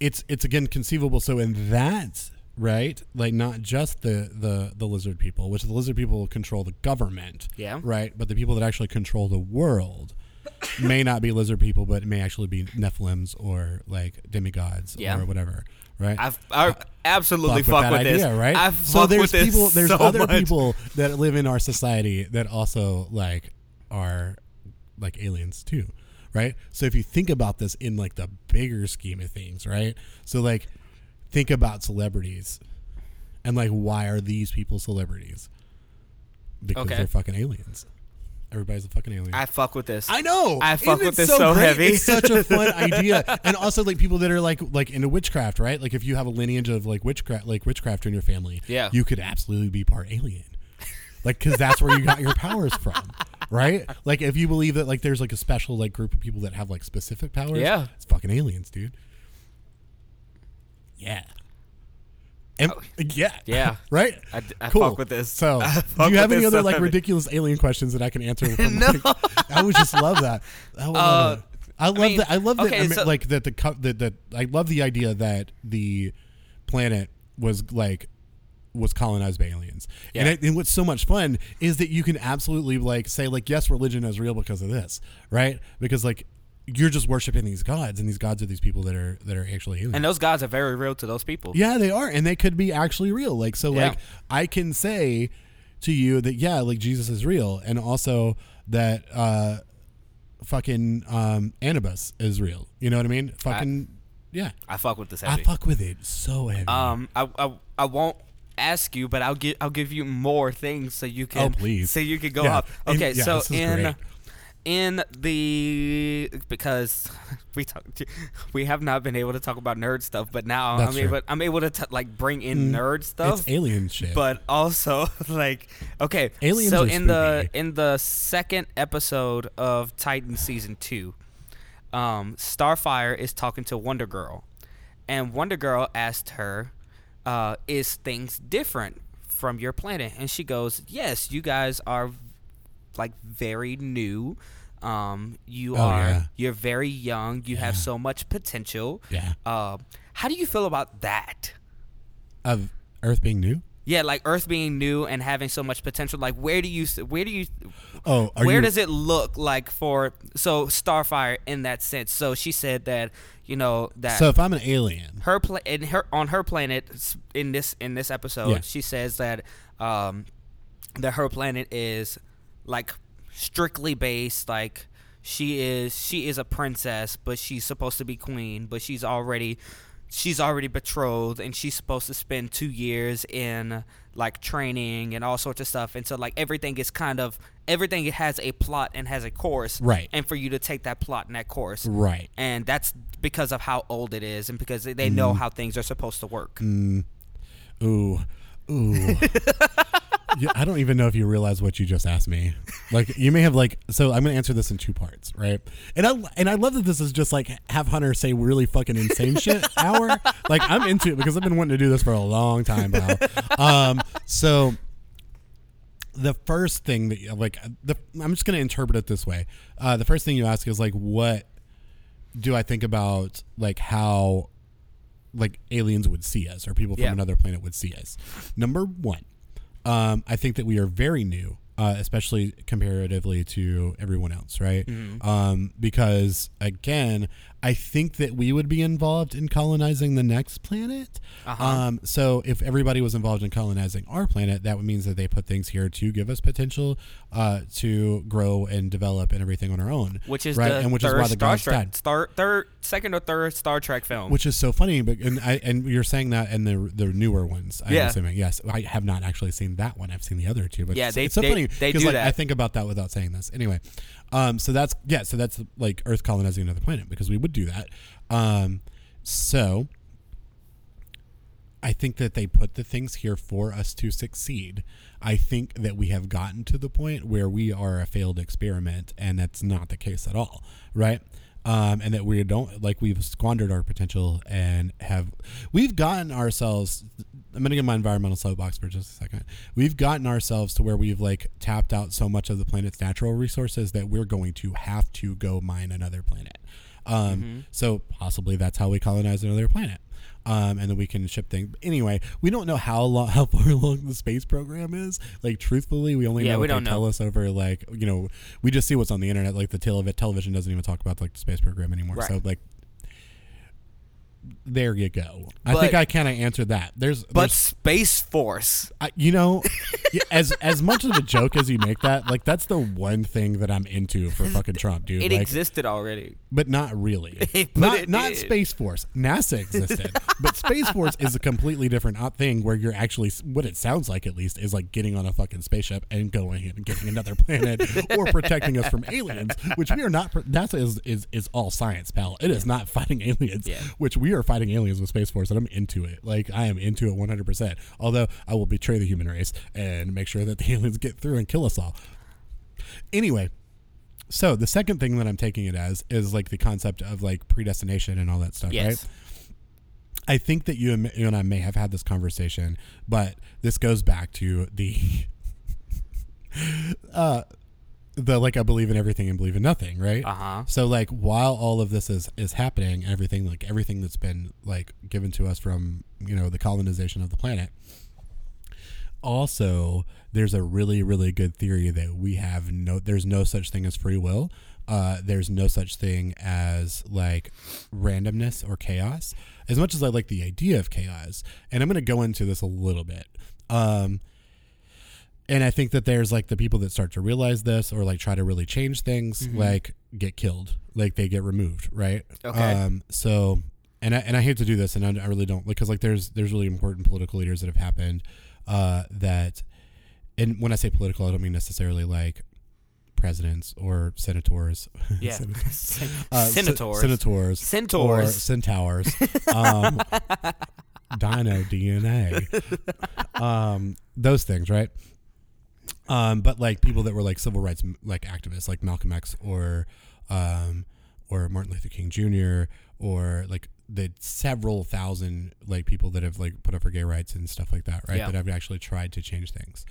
[SPEAKER 2] it's it's again conceivable. So in that right, like not just the the the lizard people, which the lizard people control the government.
[SPEAKER 1] Yeah.
[SPEAKER 2] Right. But the people that actually control the world [coughs] may not be lizard people, but may actually be Nephilims or like demigods
[SPEAKER 1] Yeah.
[SPEAKER 2] or whatever. Right.
[SPEAKER 1] I've, I absolutely
[SPEAKER 2] fuck
[SPEAKER 1] fuck,
[SPEAKER 2] that
[SPEAKER 1] with
[SPEAKER 2] idea,
[SPEAKER 1] this.
[SPEAKER 2] right?
[SPEAKER 1] I
[SPEAKER 2] so
[SPEAKER 1] fuck
[SPEAKER 2] there's
[SPEAKER 1] with this
[SPEAKER 2] people, there's
[SPEAKER 1] so
[SPEAKER 2] other
[SPEAKER 1] much.
[SPEAKER 2] people that live in our society that also like are like aliens too, right? So if you think about this in like the bigger scheme of things, right? So like think about celebrities and like why are these people celebrities? Because
[SPEAKER 1] Okay.
[SPEAKER 2] they're fucking aliens. Everybody's a fucking alien.
[SPEAKER 1] I fuck with this.
[SPEAKER 2] I know.
[SPEAKER 1] I fuck
[SPEAKER 2] Isn't
[SPEAKER 1] with
[SPEAKER 2] it
[SPEAKER 1] this so
[SPEAKER 2] great?
[SPEAKER 1] heavy.
[SPEAKER 2] It's
[SPEAKER 1] [laughs]
[SPEAKER 2] such a fun idea, and also like people that are like like into witchcraft, right? Like if you have a lineage of like witchcraft, like witchcraft in your family,
[SPEAKER 1] Yeah.
[SPEAKER 2] you could absolutely be part alien, like because that's where you got your powers from, right? Like if you believe that like there's like a special like group of people that have like specific powers,
[SPEAKER 1] Yeah.
[SPEAKER 2] it's fucking aliens, dude. Yeah. And, yeah.
[SPEAKER 1] Oh. Yeah.
[SPEAKER 2] [laughs] right.
[SPEAKER 1] I d- I fuck with this.
[SPEAKER 2] So,
[SPEAKER 1] [laughs] I
[SPEAKER 2] do
[SPEAKER 1] fuck
[SPEAKER 2] you have
[SPEAKER 1] with
[SPEAKER 2] any
[SPEAKER 1] this
[SPEAKER 2] other
[SPEAKER 1] so
[SPEAKER 2] like
[SPEAKER 1] heavy.
[SPEAKER 2] ridiculous alien questions that I can answer?
[SPEAKER 1] [laughs]
[SPEAKER 2] From, like- I would just love that. I would love
[SPEAKER 1] Uh,
[SPEAKER 2] that. I love
[SPEAKER 1] mean,
[SPEAKER 2] that. I love that.
[SPEAKER 1] okay,
[SPEAKER 2] I mean,
[SPEAKER 1] so-
[SPEAKER 2] like that. The co- that that I love the idea that the planet was like was colonized by aliens.
[SPEAKER 1] Yeah.
[SPEAKER 2] And, I, and what's so much fun is that you can absolutely like say like yes, religion is real because of this, right? Because like you're just worshiping these gods, and these gods are these people that are that are actually aliens.
[SPEAKER 1] And those gods are very real to those people.
[SPEAKER 2] Yeah, they are, and they could be actually real. Like so,
[SPEAKER 1] Yeah.
[SPEAKER 2] like I can say to you that yeah, like Jesus is real, and also that uh, fucking um, Anubis is real. You know what I mean? Fucking yeah,
[SPEAKER 1] I fuck with this
[SPEAKER 2] I
[SPEAKER 1] heavy.
[SPEAKER 2] fuck with it so heavy.
[SPEAKER 1] um, I, I I won't ask you, but I'll give I'll give you more things so you can
[SPEAKER 2] Oh, please.
[SPEAKER 1] so you can go
[SPEAKER 2] Yeah.
[SPEAKER 1] up.
[SPEAKER 2] In-
[SPEAKER 1] Okay,
[SPEAKER 2] yeah,
[SPEAKER 1] so
[SPEAKER 2] this is
[SPEAKER 1] in
[SPEAKER 2] great.
[SPEAKER 1] in the because [laughs] we talk, we have not been able to talk about nerd stuff, but now
[SPEAKER 2] That's
[SPEAKER 1] I'm
[SPEAKER 2] true. Mm.
[SPEAKER 1] able I'm able to t- like bring in nerd stuff.
[SPEAKER 2] it's alien shit.
[SPEAKER 1] but also [laughs] like okay
[SPEAKER 2] Aliens
[SPEAKER 1] so
[SPEAKER 2] are
[SPEAKER 1] in the
[SPEAKER 2] spooky.
[SPEAKER 1] in the second episode of titan season two um starfire is talking to wonder girl and wonder girl asked her uh is things different from your planet and she goes yes you guys are like very new um you
[SPEAKER 2] Oh,
[SPEAKER 1] are
[SPEAKER 2] yeah.
[SPEAKER 1] you're very young you have so much potential
[SPEAKER 2] yeah,
[SPEAKER 1] uh, how do you feel about that
[SPEAKER 2] of Earth being new.
[SPEAKER 1] yeah, like Earth being new and having so much potential. Like, where do you, where do you,
[SPEAKER 2] Oh, are
[SPEAKER 1] where
[SPEAKER 2] you,
[SPEAKER 1] does it look like for so Starfire in that sense? So she said that you know that
[SPEAKER 2] so if I'm an alien,
[SPEAKER 1] her pla- in her on her planet s- in this in this episode,
[SPEAKER 2] Yeah.
[SPEAKER 1] she says that um that her planet is like strictly based like she is she is a princess, but she's supposed to be queen, but she's already she's already betrothed and she's supposed to spend 2 years in like training and all sorts of stuff and so like everything is kind of everything has a plot and has a course
[SPEAKER 2] Right.
[SPEAKER 1] and for you to take that plot and that course
[SPEAKER 2] right?
[SPEAKER 1] and that's because of how old it is and because they- they know
[SPEAKER 2] Mm-hmm.
[SPEAKER 1] how things are supposed to work.
[SPEAKER 2] Mm, Ooh, ooh. yeah, I don't even know if you realize what you just asked me. Like, you may have like. So I'm gonna answer this in two parts, right? And I and I love that this is just like have Hunter say really fucking insane shit hour. Like I'm into it because I've been wanting to do this for a long time, bro. Um, so the first thing that like the I'm just gonna interpret it this way. Uh, the first thing you ask is like, what do I think about like how like aliens would see us or people from
[SPEAKER 1] Yeah.
[SPEAKER 2] another planet would see us? Number one, um, I think that we are very new, uh, especially comparatively to everyone else, right?
[SPEAKER 1] Mm-hmm.
[SPEAKER 2] Um, because again, I think that we would be involved in colonizing the next planet.
[SPEAKER 1] Uh-huh.
[SPEAKER 2] Um, so if everybody was involved in colonizing our planet, that would means that they put things here to give us potential uh, to grow and develop and everything on our own,
[SPEAKER 1] Which is
[SPEAKER 2] right,
[SPEAKER 1] the
[SPEAKER 2] and which
[SPEAKER 1] third
[SPEAKER 2] is why the
[SPEAKER 1] Star
[SPEAKER 2] gods
[SPEAKER 1] Trek,
[SPEAKER 2] died.
[SPEAKER 1] star, third, second or third Star Trek film.
[SPEAKER 2] Which is so funny, but and I and you're saying that in the the newer ones. I'm
[SPEAKER 1] Yeah.
[SPEAKER 2] assuming yes. I have not actually seen that one. I've seen the other two, but
[SPEAKER 1] Yeah,
[SPEAKER 2] it's,
[SPEAKER 1] they-
[SPEAKER 2] it's so
[SPEAKER 1] they-
[SPEAKER 2] funny
[SPEAKER 1] they
[SPEAKER 2] 'cause,
[SPEAKER 1] do
[SPEAKER 2] like,
[SPEAKER 1] that.
[SPEAKER 2] I think about that without saying this. Anyway, um, so that's yeah, so that's like Earth colonizing another planet because we would do that. Um, so I think that they put the things here for us to succeed. I think that we have gotten to the point where we are a failed experiment, and that's not the case at all, right? Um, and that we don't like we've squandered our potential and have we've gotten ourselves. I'm gonna get my environmental soapbox for just a second. We've gotten ourselves to where we've like tapped out so much of the planet's natural resources that we're going to have to go mine another planet. Um,
[SPEAKER 1] Mm-hmm.
[SPEAKER 2] So possibly that's how we colonize another planet, um, and then we can ship things. Anyway, we don't know how long, [laughs] how far along the space program is. Like truthfully, we only
[SPEAKER 1] Yeah,
[SPEAKER 2] know
[SPEAKER 1] we
[SPEAKER 2] what
[SPEAKER 1] don't
[SPEAKER 2] they tell
[SPEAKER 1] know.
[SPEAKER 2] us over like you know we just see what's on the internet. Like the tale of it, television doesn't even talk about like the space program anymore. So
[SPEAKER 1] Right.
[SPEAKER 2] like there you go. I
[SPEAKER 3] But-
[SPEAKER 2] think I kind of answered that. There's,
[SPEAKER 3] But
[SPEAKER 2] there's
[SPEAKER 3] Space Force.
[SPEAKER 2] I, you know, y- as as much of a joke as you make that, like that's the one thing that I'm into
[SPEAKER 1] [laughs]
[SPEAKER 2] for fucking Trump, dude.
[SPEAKER 1] It
[SPEAKER 2] like,
[SPEAKER 1] existed already.
[SPEAKER 2] but not really.
[SPEAKER 3] [laughs] But
[SPEAKER 2] not
[SPEAKER 3] it
[SPEAKER 2] not
[SPEAKER 3] did.
[SPEAKER 2] Space Force. NASA
[SPEAKER 3] [laughs]
[SPEAKER 2] existed, but Space Force is a completely different op- thing where you're actually what it sounds like at least is like getting on a fucking spaceship and going and getting
[SPEAKER 3] [laughs]
[SPEAKER 2] another planet or protecting us from aliens, which we are not. pr- NASA is is is all science, pal. It is not fighting aliens,
[SPEAKER 1] Yeah.
[SPEAKER 2] which we are fighting aliens with Space Force, and I'm into it. Like I am into it 100. percent Although I will betray the human race and make sure that the [laughs] aliens get through and kill us all. Anyway, so the second thing that I'm taking it as is like the concept of like predestination and all that stuff,
[SPEAKER 1] Yes.
[SPEAKER 2] right? [laughs] I think that you and, you and I may have had this conversation, but this goes back to the [laughs] uh the like I believe in everything and believe in nothing, right?
[SPEAKER 1] Uh huh.
[SPEAKER 2] So like while all of this is is happening, everything like everything that's been like given to us from you know the colonization of the planet. Also, there's a really really good theory that we have no there's no such thing as free will. Uh, there's no such thing as like randomness or chaos. As much as I like the idea of chaos, and I'm going to go into this a little bit. Um, and I think that there's like the people that start to realize this or like try to really change things, like get killed, like they get removed, right?
[SPEAKER 3] Okay.
[SPEAKER 2] Um, so, and I, and I hate to do this, and I, I really don't because like there's there's really important political leaders that have happened uh, that, and when I say political, I don't mean necessarily like presidents or senators.
[SPEAKER 1] Yeah. [laughs] Sen-
[SPEAKER 2] Uh, se-
[SPEAKER 1] Senators.
[SPEAKER 2] senators, or
[SPEAKER 1] Centaurs.
[SPEAKER 2] centaurs, um, dino DNA, um, those things, right? Um, but like people that were like civil rights m- like activists, like Malcolm X or um, or Martin Luther King Jr. or like the several thousand like people that have like put up for gay rights and stuff like that, right?
[SPEAKER 1] Yeah.
[SPEAKER 2] That have actually tried to change things.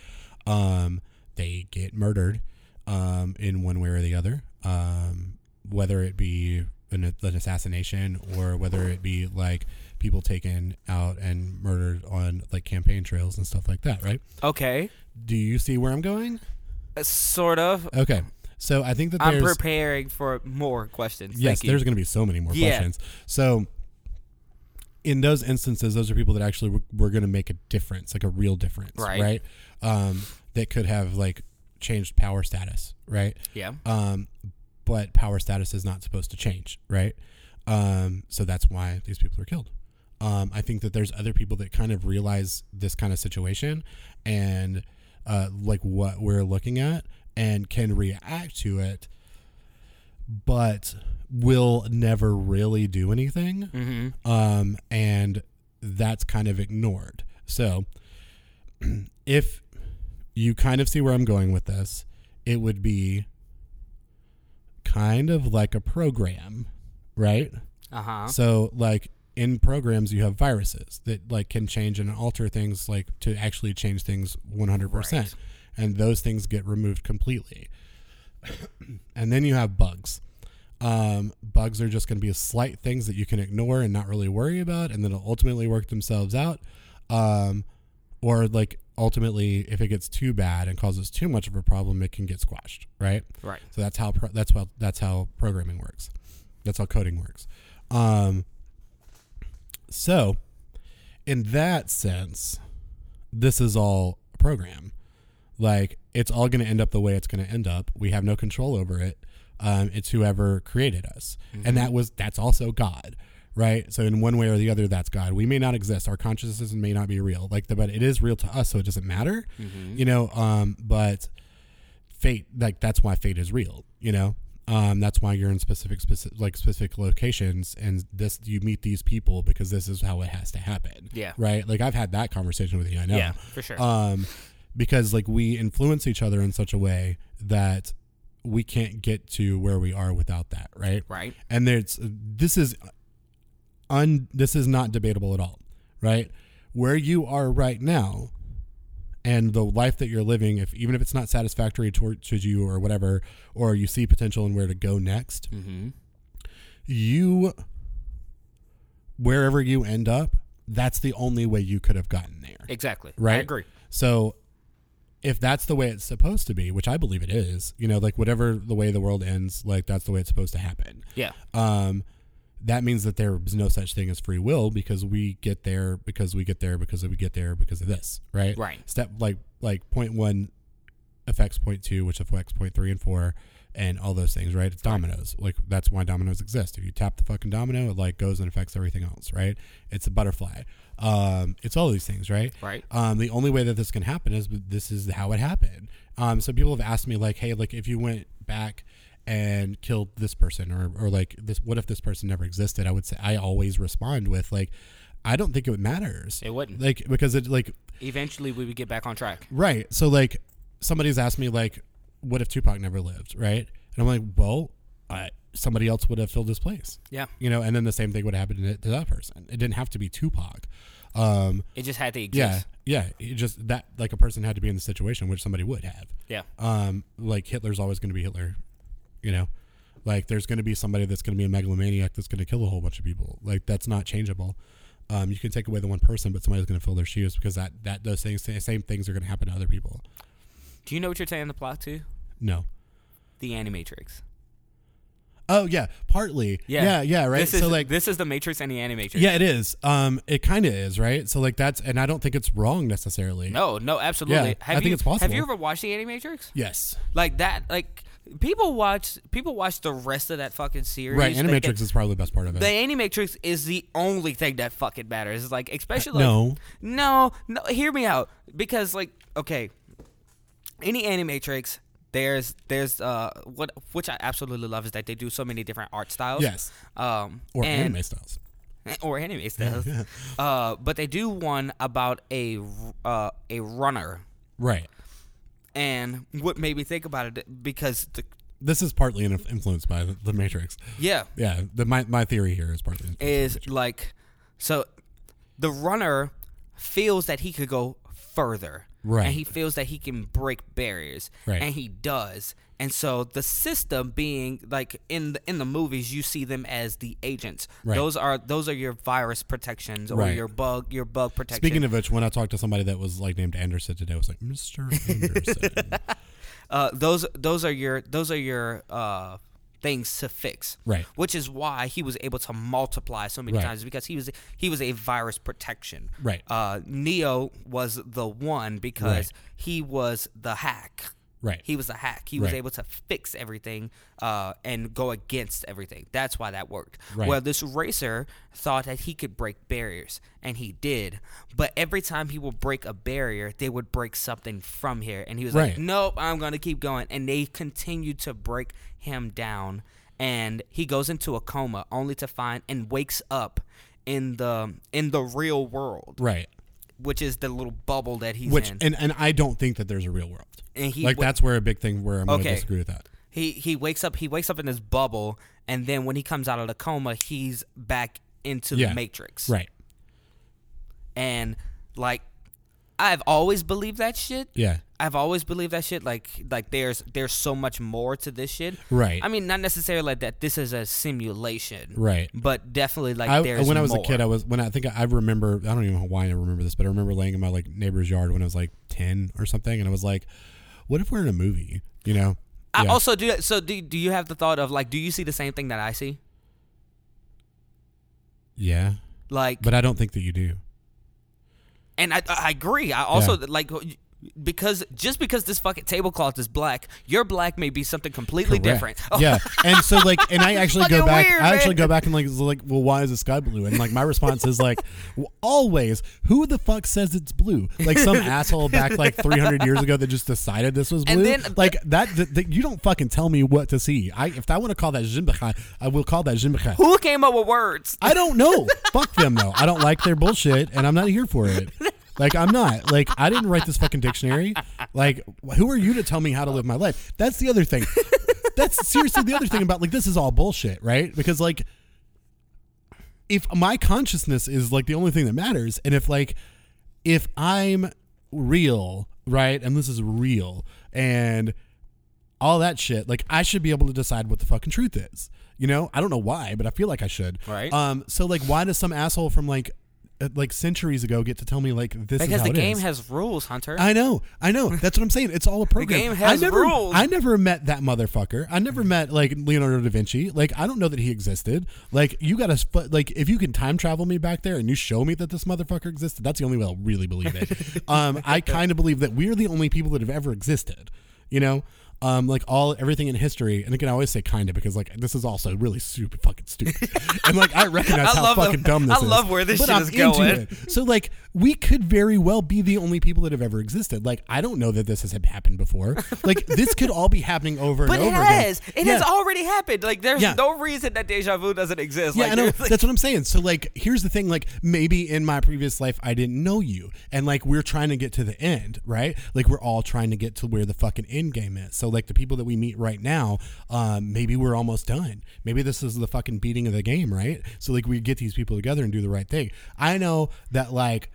[SPEAKER 2] Um, they get murdered um, in one way or the other, um, whether it be an, an assassination or whether it be like people taken out and murdered on like campaign trails and stuff like that, right?
[SPEAKER 1] Okay.
[SPEAKER 2] Do you see where I'm going?
[SPEAKER 1] Uh, Sort of.
[SPEAKER 2] Okay. So I think that
[SPEAKER 1] I'm
[SPEAKER 2] there's
[SPEAKER 1] preparing for more questions.
[SPEAKER 2] yes,
[SPEAKER 1] Thank you.
[SPEAKER 2] there's going to be so many more
[SPEAKER 1] Yeah.
[SPEAKER 2] questions. So in those instances, those are people that actually were, were going to make a difference, like a real difference,
[SPEAKER 1] Right.
[SPEAKER 2] right? Um, that could have like changed power status, right?
[SPEAKER 1] yeah.
[SPEAKER 2] Um, but power status is not supposed to change, right? Um, so that's why these people are killed. Um, I think that there's other people that kind of realize this kind of situation and uh, like what we're looking at and can react to it, but will never really do anything
[SPEAKER 1] Mm-hmm.
[SPEAKER 2] um, and that's kind of ignored. So, [clears throat] if you kind of see where I'm going with this, it would be kind of like a program, right?
[SPEAKER 1] Uh huh.
[SPEAKER 2] So, like in programs, you have viruses that like can change and alter things, like to actually change things 100 percent, and those things get removed completely. [coughs] and then you have bugs. Um, bugs are just going to be slight things that you can ignore and not really worry about, and then it'll ultimately work themselves out. Um, or like ultimately, if it gets too bad and causes too much of a problem, it can get squashed, right?
[SPEAKER 1] Right.
[SPEAKER 2] So that's how pro- that's how that's how programming works. That's how coding works. Um, so, in that sense, this is all a program. Like it's all going to end up the way it's going to end up. We have no control over it. Um, it's whoever created us, and that was that's also God, right? So in one way or the other, that's God. We may not exist. Our consciousness may not be real. Like the, but it is real to us, so it doesn't matter, you know. Um, but fate like that's why fate is real you know um, that's why you're in specific specific like specific locations and this you meet these people because this is how it has to happen
[SPEAKER 1] Yeah.
[SPEAKER 2] right like i've had that conversation with you i know
[SPEAKER 1] Yeah. For sure.
[SPEAKER 2] um because like we influence each other in such a way that we can't get to where we are without that right
[SPEAKER 1] right.
[SPEAKER 2] and there's this is un this is not debatable at all right where you are right now and the life that you're living if even if it's not satisfactory toward to you or whatever or you see potential and where to go next
[SPEAKER 1] Mm-hmm.
[SPEAKER 2] you wherever you end up that's the only way you could have gotten there
[SPEAKER 1] Exactly. I
[SPEAKER 2] Right?
[SPEAKER 1] agree.
[SPEAKER 2] so if that's the way it's supposed to be which i believe it is you know like whatever the way the world ends like that's the way it's supposed to happen
[SPEAKER 1] Yeah.
[SPEAKER 2] um, that means that there's no such thing as free will because we get there because we get there because we get there because of this, right?
[SPEAKER 1] Right.
[SPEAKER 2] Step like like point one affects point two, which affects point three and four, and all those things, right? It's dominoes. Like that's why dominoes exist. If you tap the fucking domino, it like goes and affects everything else, right? It's a butterfly. Um, it's all these things, right?
[SPEAKER 1] Right.
[SPEAKER 2] Um, the only way that this can happen is this is how it happened. Um, some people have asked me like, hey, like if you went back and killed this person or, or like this, what if this person never existed? I would say I always respond with like, I don't think it matters.
[SPEAKER 1] It wouldn't.
[SPEAKER 2] like because it like
[SPEAKER 1] Eventually, we would get back on track.
[SPEAKER 2] Right. So like somebody's asked me like, what if Tupac never lived? Right. And I'm like, well, I, somebody else would have filled his place.
[SPEAKER 1] Yeah.
[SPEAKER 2] You know, and then the same thing would happen to, to that person. It didn't have to be Tupac. Um,
[SPEAKER 1] It just had to
[SPEAKER 2] yeah,
[SPEAKER 1] exist.
[SPEAKER 2] yeah. It just that like a person had to be in the situation which somebody would have.
[SPEAKER 1] Yeah.
[SPEAKER 2] Um, like Hitler's always going to be Hitler. You know, like there's going to be somebody that's going to be a megalomaniac that's going to kill a whole bunch of people. Like that's not changeable. Um, you can take away the one person, but somebody's going to fill their shoes because that that those things same things are going to happen to other people.
[SPEAKER 1] Do you know what you're saying the plot to?
[SPEAKER 2] No.
[SPEAKER 1] The Animatrix.
[SPEAKER 2] Oh yeah, partly.
[SPEAKER 1] Yeah.
[SPEAKER 2] Yeah. Yeah. Right.
[SPEAKER 1] This
[SPEAKER 2] so
[SPEAKER 1] is,
[SPEAKER 2] like.
[SPEAKER 1] this is the Matrix and the Animatrix.
[SPEAKER 2] yeah, it is. Um, it kind of is, right? So like that's, and I don't think it's wrong necessarily.
[SPEAKER 1] No, no, absolutely.
[SPEAKER 2] Yeah, I
[SPEAKER 1] have
[SPEAKER 2] think
[SPEAKER 1] you,
[SPEAKER 2] it's
[SPEAKER 1] Have
[SPEAKER 2] possible.
[SPEAKER 1] you ever watched the Animatrix?
[SPEAKER 2] Yes.
[SPEAKER 1] Like that, like people watch people watch the rest of that fucking series.
[SPEAKER 2] Right.
[SPEAKER 1] thinking-
[SPEAKER 2] Animatrix is probably the best part of it.
[SPEAKER 1] The Animatrix is the only thing that fucking matters. It's like especially like,
[SPEAKER 2] no.
[SPEAKER 1] no, no. Hear me out because like okay, any Animatrix. There's there's uh what which I absolutely love is that they do so many different art styles.
[SPEAKER 2] Yes.
[SPEAKER 1] Um
[SPEAKER 2] Or
[SPEAKER 1] and-
[SPEAKER 2] anime styles.
[SPEAKER 1] [laughs] or
[SPEAKER 2] [laughs]
[SPEAKER 1] anime styles. uh but they do one about a uh a runner.
[SPEAKER 2] Right.
[SPEAKER 1] And what made me think about it because the
[SPEAKER 2] This is partly in- influenced by the, the Matrix.
[SPEAKER 1] yeah,
[SPEAKER 2] Yeah. The, my, my theory here is partly influenced.
[SPEAKER 1] is like so the runner feels that he could go further
[SPEAKER 2] Right.
[SPEAKER 1] and he feels that he can break barriers
[SPEAKER 2] Right.
[SPEAKER 1] and he does and so the system being like in the, in the movies you see them as the agents
[SPEAKER 2] Right.
[SPEAKER 1] those are those are your virus protections or
[SPEAKER 2] Right.
[SPEAKER 1] your bug your bug protection
[SPEAKER 2] Speaking of which, when I talked to somebody that was like named Anderson today, I was
[SPEAKER 1] [laughs]
[SPEAKER 2] like, Mr. Anderson.
[SPEAKER 1] uh, those those are your those are your uh, things to fix.
[SPEAKER 2] Right.
[SPEAKER 1] Which is why he was able to multiply so many
[SPEAKER 2] Right.
[SPEAKER 1] times because he was he was a virus protection.
[SPEAKER 2] Right.
[SPEAKER 1] Uh, Neo was the one because
[SPEAKER 2] Right.
[SPEAKER 1] he was the hack.
[SPEAKER 2] Right.
[SPEAKER 1] He was the hack. He was
[SPEAKER 2] Right.
[SPEAKER 1] able to fix everything uh, and go against everything. That's why that worked.
[SPEAKER 2] Right.
[SPEAKER 1] Well, this racer thought that he could break barriers, and he did. But every time he would break a barrier, they would break something from here, and he was like,
[SPEAKER 2] Right.
[SPEAKER 1] "Nope, I'm gonna keep going." And they continued to break him down, and he goes into a coma, only to find and wakes up in the in the real world,
[SPEAKER 2] right.
[SPEAKER 1] which is the little bubble that he's
[SPEAKER 2] Which,
[SPEAKER 1] in.
[SPEAKER 2] and, and I don't think that there's a real world.
[SPEAKER 1] And he
[SPEAKER 2] like,
[SPEAKER 1] wa-
[SPEAKER 2] that's where a big thing where I'm going
[SPEAKER 1] Okay.
[SPEAKER 2] to disagree with that.
[SPEAKER 1] He he wakes up he wakes up in this bubble and then when he comes out of the coma he's back into
[SPEAKER 2] Yeah.
[SPEAKER 1] the matrix.
[SPEAKER 2] Right.
[SPEAKER 1] And like I've always believed that shit.
[SPEAKER 2] Yeah.
[SPEAKER 1] I've always believed that shit like like there's there's so much more to this shit.
[SPEAKER 2] Right.
[SPEAKER 1] I mean not necessarily like that this is a simulation.
[SPEAKER 2] Right.
[SPEAKER 1] But definitely like
[SPEAKER 2] I,
[SPEAKER 1] there's
[SPEAKER 2] when I was
[SPEAKER 1] more.
[SPEAKER 2] a kid, I was when I think I, I remember. I don't even know why I remember this, but I remember laying in my like neighbor's yard when I was like ten or something, and I was like, "What if we're in a movie?" You know.
[SPEAKER 1] I
[SPEAKER 2] Yeah.
[SPEAKER 1] also do so do do you have the thought of like do you see the same thing that I see?
[SPEAKER 2] Yeah,
[SPEAKER 1] Like
[SPEAKER 2] but I don't think that you do.
[SPEAKER 1] And I, I agree. I also like because just because this fucking tablecloth is black, your black may be something completely
[SPEAKER 2] Correct.
[SPEAKER 1] different. [laughs] Oh,
[SPEAKER 2] Yeah, and so like, and I actually go
[SPEAKER 1] fucking
[SPEAKER 2] back.
[SPEAKER 1] weird,
[SPEAKER 2] I actually
[SPEAKER 1] man.
[SPEAKER 2] go back and like, is like, well, why is the sky blue? And like, my response is like, well, always. Who the fuck says it's blue?
[SPEAKER 1] [laughs]
[SPEAKER 2] Like some asshole back like 300 years ago that just decided this was blue.
[SPEAKER 1] And then-
[SPEAKER 2] like that, th- th- you don't fucking tell me what to see. I if I want to call that Jimbachai, I will call that Jimbachai.
[SPEAKER 1] Who came up with words?
[SPEAKER 2] I don't know. Fuck them though. I don't like their bullshit, and I'm not here for it. Like I'm not. Like I didn't write this fucking dictionary. Like wh- who are you to tell me how to live my life? That's the other thing. That's seriously the other thing about like this is all bullshit, right? Because like if my consciousness is like the only thing that matters and if like if i'm real right and this is real and all that shit like i should be able to decide what the fucking truth is you know i don't know why but i feel like i should
[SPEAKER 1] Right.
[SPEAKER 2] um so like why does some asshole from like uh, like centuries ago get to tell me like this is
[SPEAKER 1] because
[SPEAKER 2] how
[SPEAKER 1] the
[SPEAKER 2] it
[SPEAKER 1] game
[SPEAKER 2] is.
[SPEAKER 1] has rules, Hunter.
[SPEAKER 2] I know, I know. That's what I'm saying.
[SPEAKER 1] [laughs]
[SPEAKER 2] It's all a program.
[SPEAKER 1] game
[SPEAKER 2] I
[SPEAKER 1] has
[SPEAKER 2] never,
[SPEAKER 1] rules.
[SPEAKER 2] I never met that motherfucker. I never met like Leonardo da Vinci. Like I don't know that he existed. Like you got to like if you can time travel me back there and you show me that this motherfucker existed, that's the only way I'll really
[SPEAKER 1] [laughs]
[SPEAKER 2] believe it. um, I kind of believe that we're the only people that have ever existed. You know. Um, like all everything in history, and again, I always say kind of because like this is also really super
[SPEAKER 1] [laughs]
[SPEAKER 2] fucking stupid, and like I recognize
[SPEAKER 1] I
[SPEAKER 2] how
[SPEAKER 1] love the-
[SPEAKER 2] fucking dumb this
[SPEAKER 1] I
[SPEAKER 2] is.
[SPEAKER 1] love where this
[SPEAKER 2] but
[SPEAKER 1] shit
[SPEAKER 2] I'm
[SPEAKER 1] is
[SPEAKER 2] into
[SPEAKER 1] going.
[SPEAKER 2] it. So like we could very well be the only people that have ever existed. Like I don't know that this has happened before. Like this could all be happening over
[SPEAKER 1] but
[SPEAKER 2] and
[SPEAKER 1] it
[SPEAKER 2] over
[SPEAKER 1] has.
[SPEAKER 2] again.
[SPEAKER 1] It
[SPEAKER 2] Yeah.
[SPEAKER 1] has already happened. Like there's
[SPEAKER 2] Yeah.
[SPEAKER 1] no reason that deja vu doesn't exist.
[SPEAKER 2] Yeah,
[SPEAKER 1] like,
[SPEAKER 2] I
[SPEAKER 1] [laughs]
[SPEAKER 2] know.
[SPEAKER 1] there's, like-
[SPEAKER 2] That's what I'm saying. So like here's the thing, like maybe in my previous life I didn't know you. And like we're trying to get to the end, right? Like we're all trying to get to where the fucking end game is. So like the people that we meet right now, um, maybe we're almost done. Maybe this is the fucking beating of the game, right? So like we get these people together and do the right thing. I know that like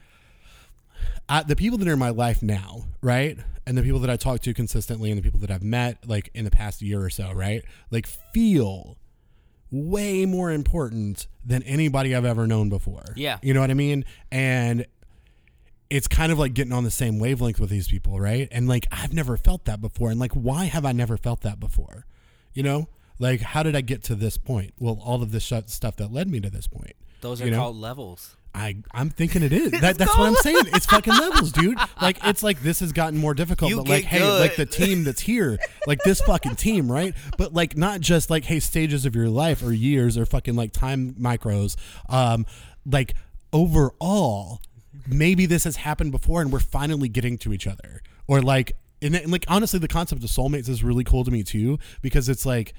[SPEAKER 2] I, the people that are in my life now, right? And the people that I talk to consistently and the people that I've met like in the past year or so, right? Like feel way more important than anybody I've ever known before.
[SPEAKER 1] Yeah.
[SPEAKER 2] You know what I mean? And it's kind of like getting on the same wavelength with these people, right? And like I've never felt that before. And like why have I never felt that before? You know? Like how did I get to this point? Well, all of this sh- stuff that led me to this point.
[SPEAKER 1] those are
[SPEAKER 2] you know?
[SPEAKER 1] called levels.
[SPEAKER 2] I I'm
[SPEAKER 1] [laughs]
[SPEAKER 2] thinking it is. That, that's what I'm saying. It's fucking levels, dude. Like it's like this has gotten more difficult.
[SPEAKER 1] You
[SPEAKER 2] but like,
[SPEAKER 1] get
[SPEAKER 2] hey, like the
[SPEAKER 1] good.
[SPEAKER 2] team that's here, like this fucking team, right? But like not just like hey, stages of your life or years or fucking like time micros. Um, like overall, maybe this has happened before, and we're finally getting to each other. Or like, and, then- and like honestly, the concept of soulmates is really cool to me too because it's like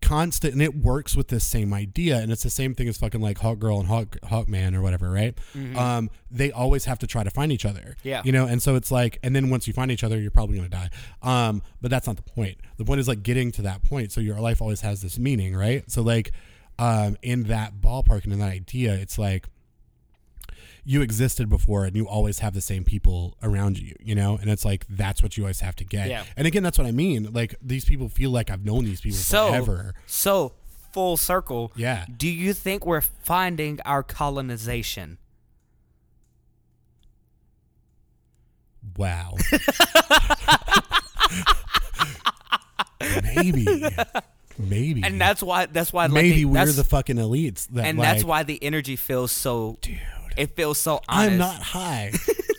[SPEAKER 2] constant and it works with this same idea and it's the same thing as fucking like hawk girl and hawk hawk man or whatever right um they always have to try to find each other
[SPEAKER 1] Mm-hmm. Yeah.
[SPEAKER 2] you know and so it's like and then once you find each other you're probably gonna die um but that's not the point the point is like getting to that point so your life always has this meaning right so like um in that ballpark and in that idea it's like you existed before and you always have the same people around you, you know? And it's like that's what you always have to get.
[SPEAKER 1] Yeah.
[SPEAKER 2] And again, that's what I mean. Like these people feel like I've known these people
[SPEAKER 1] So
[SPEAKER 2] forever.
[SPEAKER 1] so full circle.
[SPEAKER 2] Yeah.
[SPEAKER 1] Do you think we're finding our colonization?
[SPEAKER 2] Wow. [laughs] maybe. Maybe.
[SPEAKER 1] And that's why that's why like,
[SPEAKER 2] maybe
[SPEAKER 1] the-
[SPEAKER 2] we're
[SPEAKER 1] that's-
[SPEAKER 2] the fucking elites that
[SPEAKER 1] and
[SPEAKER 2] like,
[SPEAKER 1] that's why the energy feels so
[SPEAKER 2] dude.
[SPEAKER 1] it feels so honest.
[SPEAKER 2] I'm not high.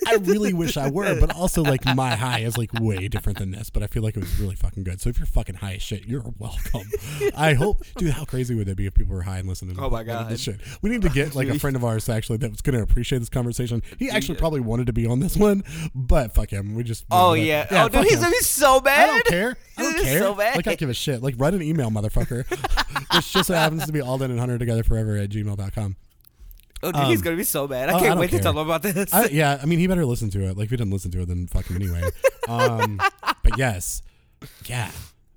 [SPEAKER 2] I really wish I were, but also like my high is like way different than this. But I feel like it was really fucking good. So if you're fucking high as shit, you're welcome. I hope, dude. How crazy would that be if people were high and listening? to
[SPEAKER 1] Oh my
[SPEAKER 2] this
[SPEAKER 1] God.
[SPEAKER 2] shit? We need to get like a friend of ours actually that was gonna appreciate this conversation. He actually probably wanted to be on this one, but fuck him. We just
[SPEAKER 1] Oh
[SPEAKER 2] but-
[SPEAKER 1] yeah. Oh dude,
[SPEAKER 2] fuck
[SPEAKER 1] he's
[SPEAKER 2] him.
[SPEAKER 1] gonna be so
[SPEAKER 2] I
[SPEAKER 1] bad.
[SPEAKER 2] don't care. I don't
[SPEAKER 1] This is
[SPEAKER 2] care.
[SPEAKER 1] so bad.
[SPEAKER 2] Like, I don't give a shit. Like, write an
[SPEAKER 1] [laughs]
[SPEAKER 2] email, motherfucker. this just so happens to be all Alden and Hunter together forever at gmail.com.
[SPEAKER 1] Oh, dude, he's gonna be so bad. I
[SPEAKER 2] oh, I
[SPEAKER 1] can't
[SPEAKER 2] don't
[SPEAKER 1] wait
[SPEAKER 2] care.
[SPEAKER 1] to tell him about this. [laughs]
[SPEAKER 2] I, yeah, I mean, he better listen to it. Like, if he didn't listen to it, then fuck him anyway. Um, but yes, yeah,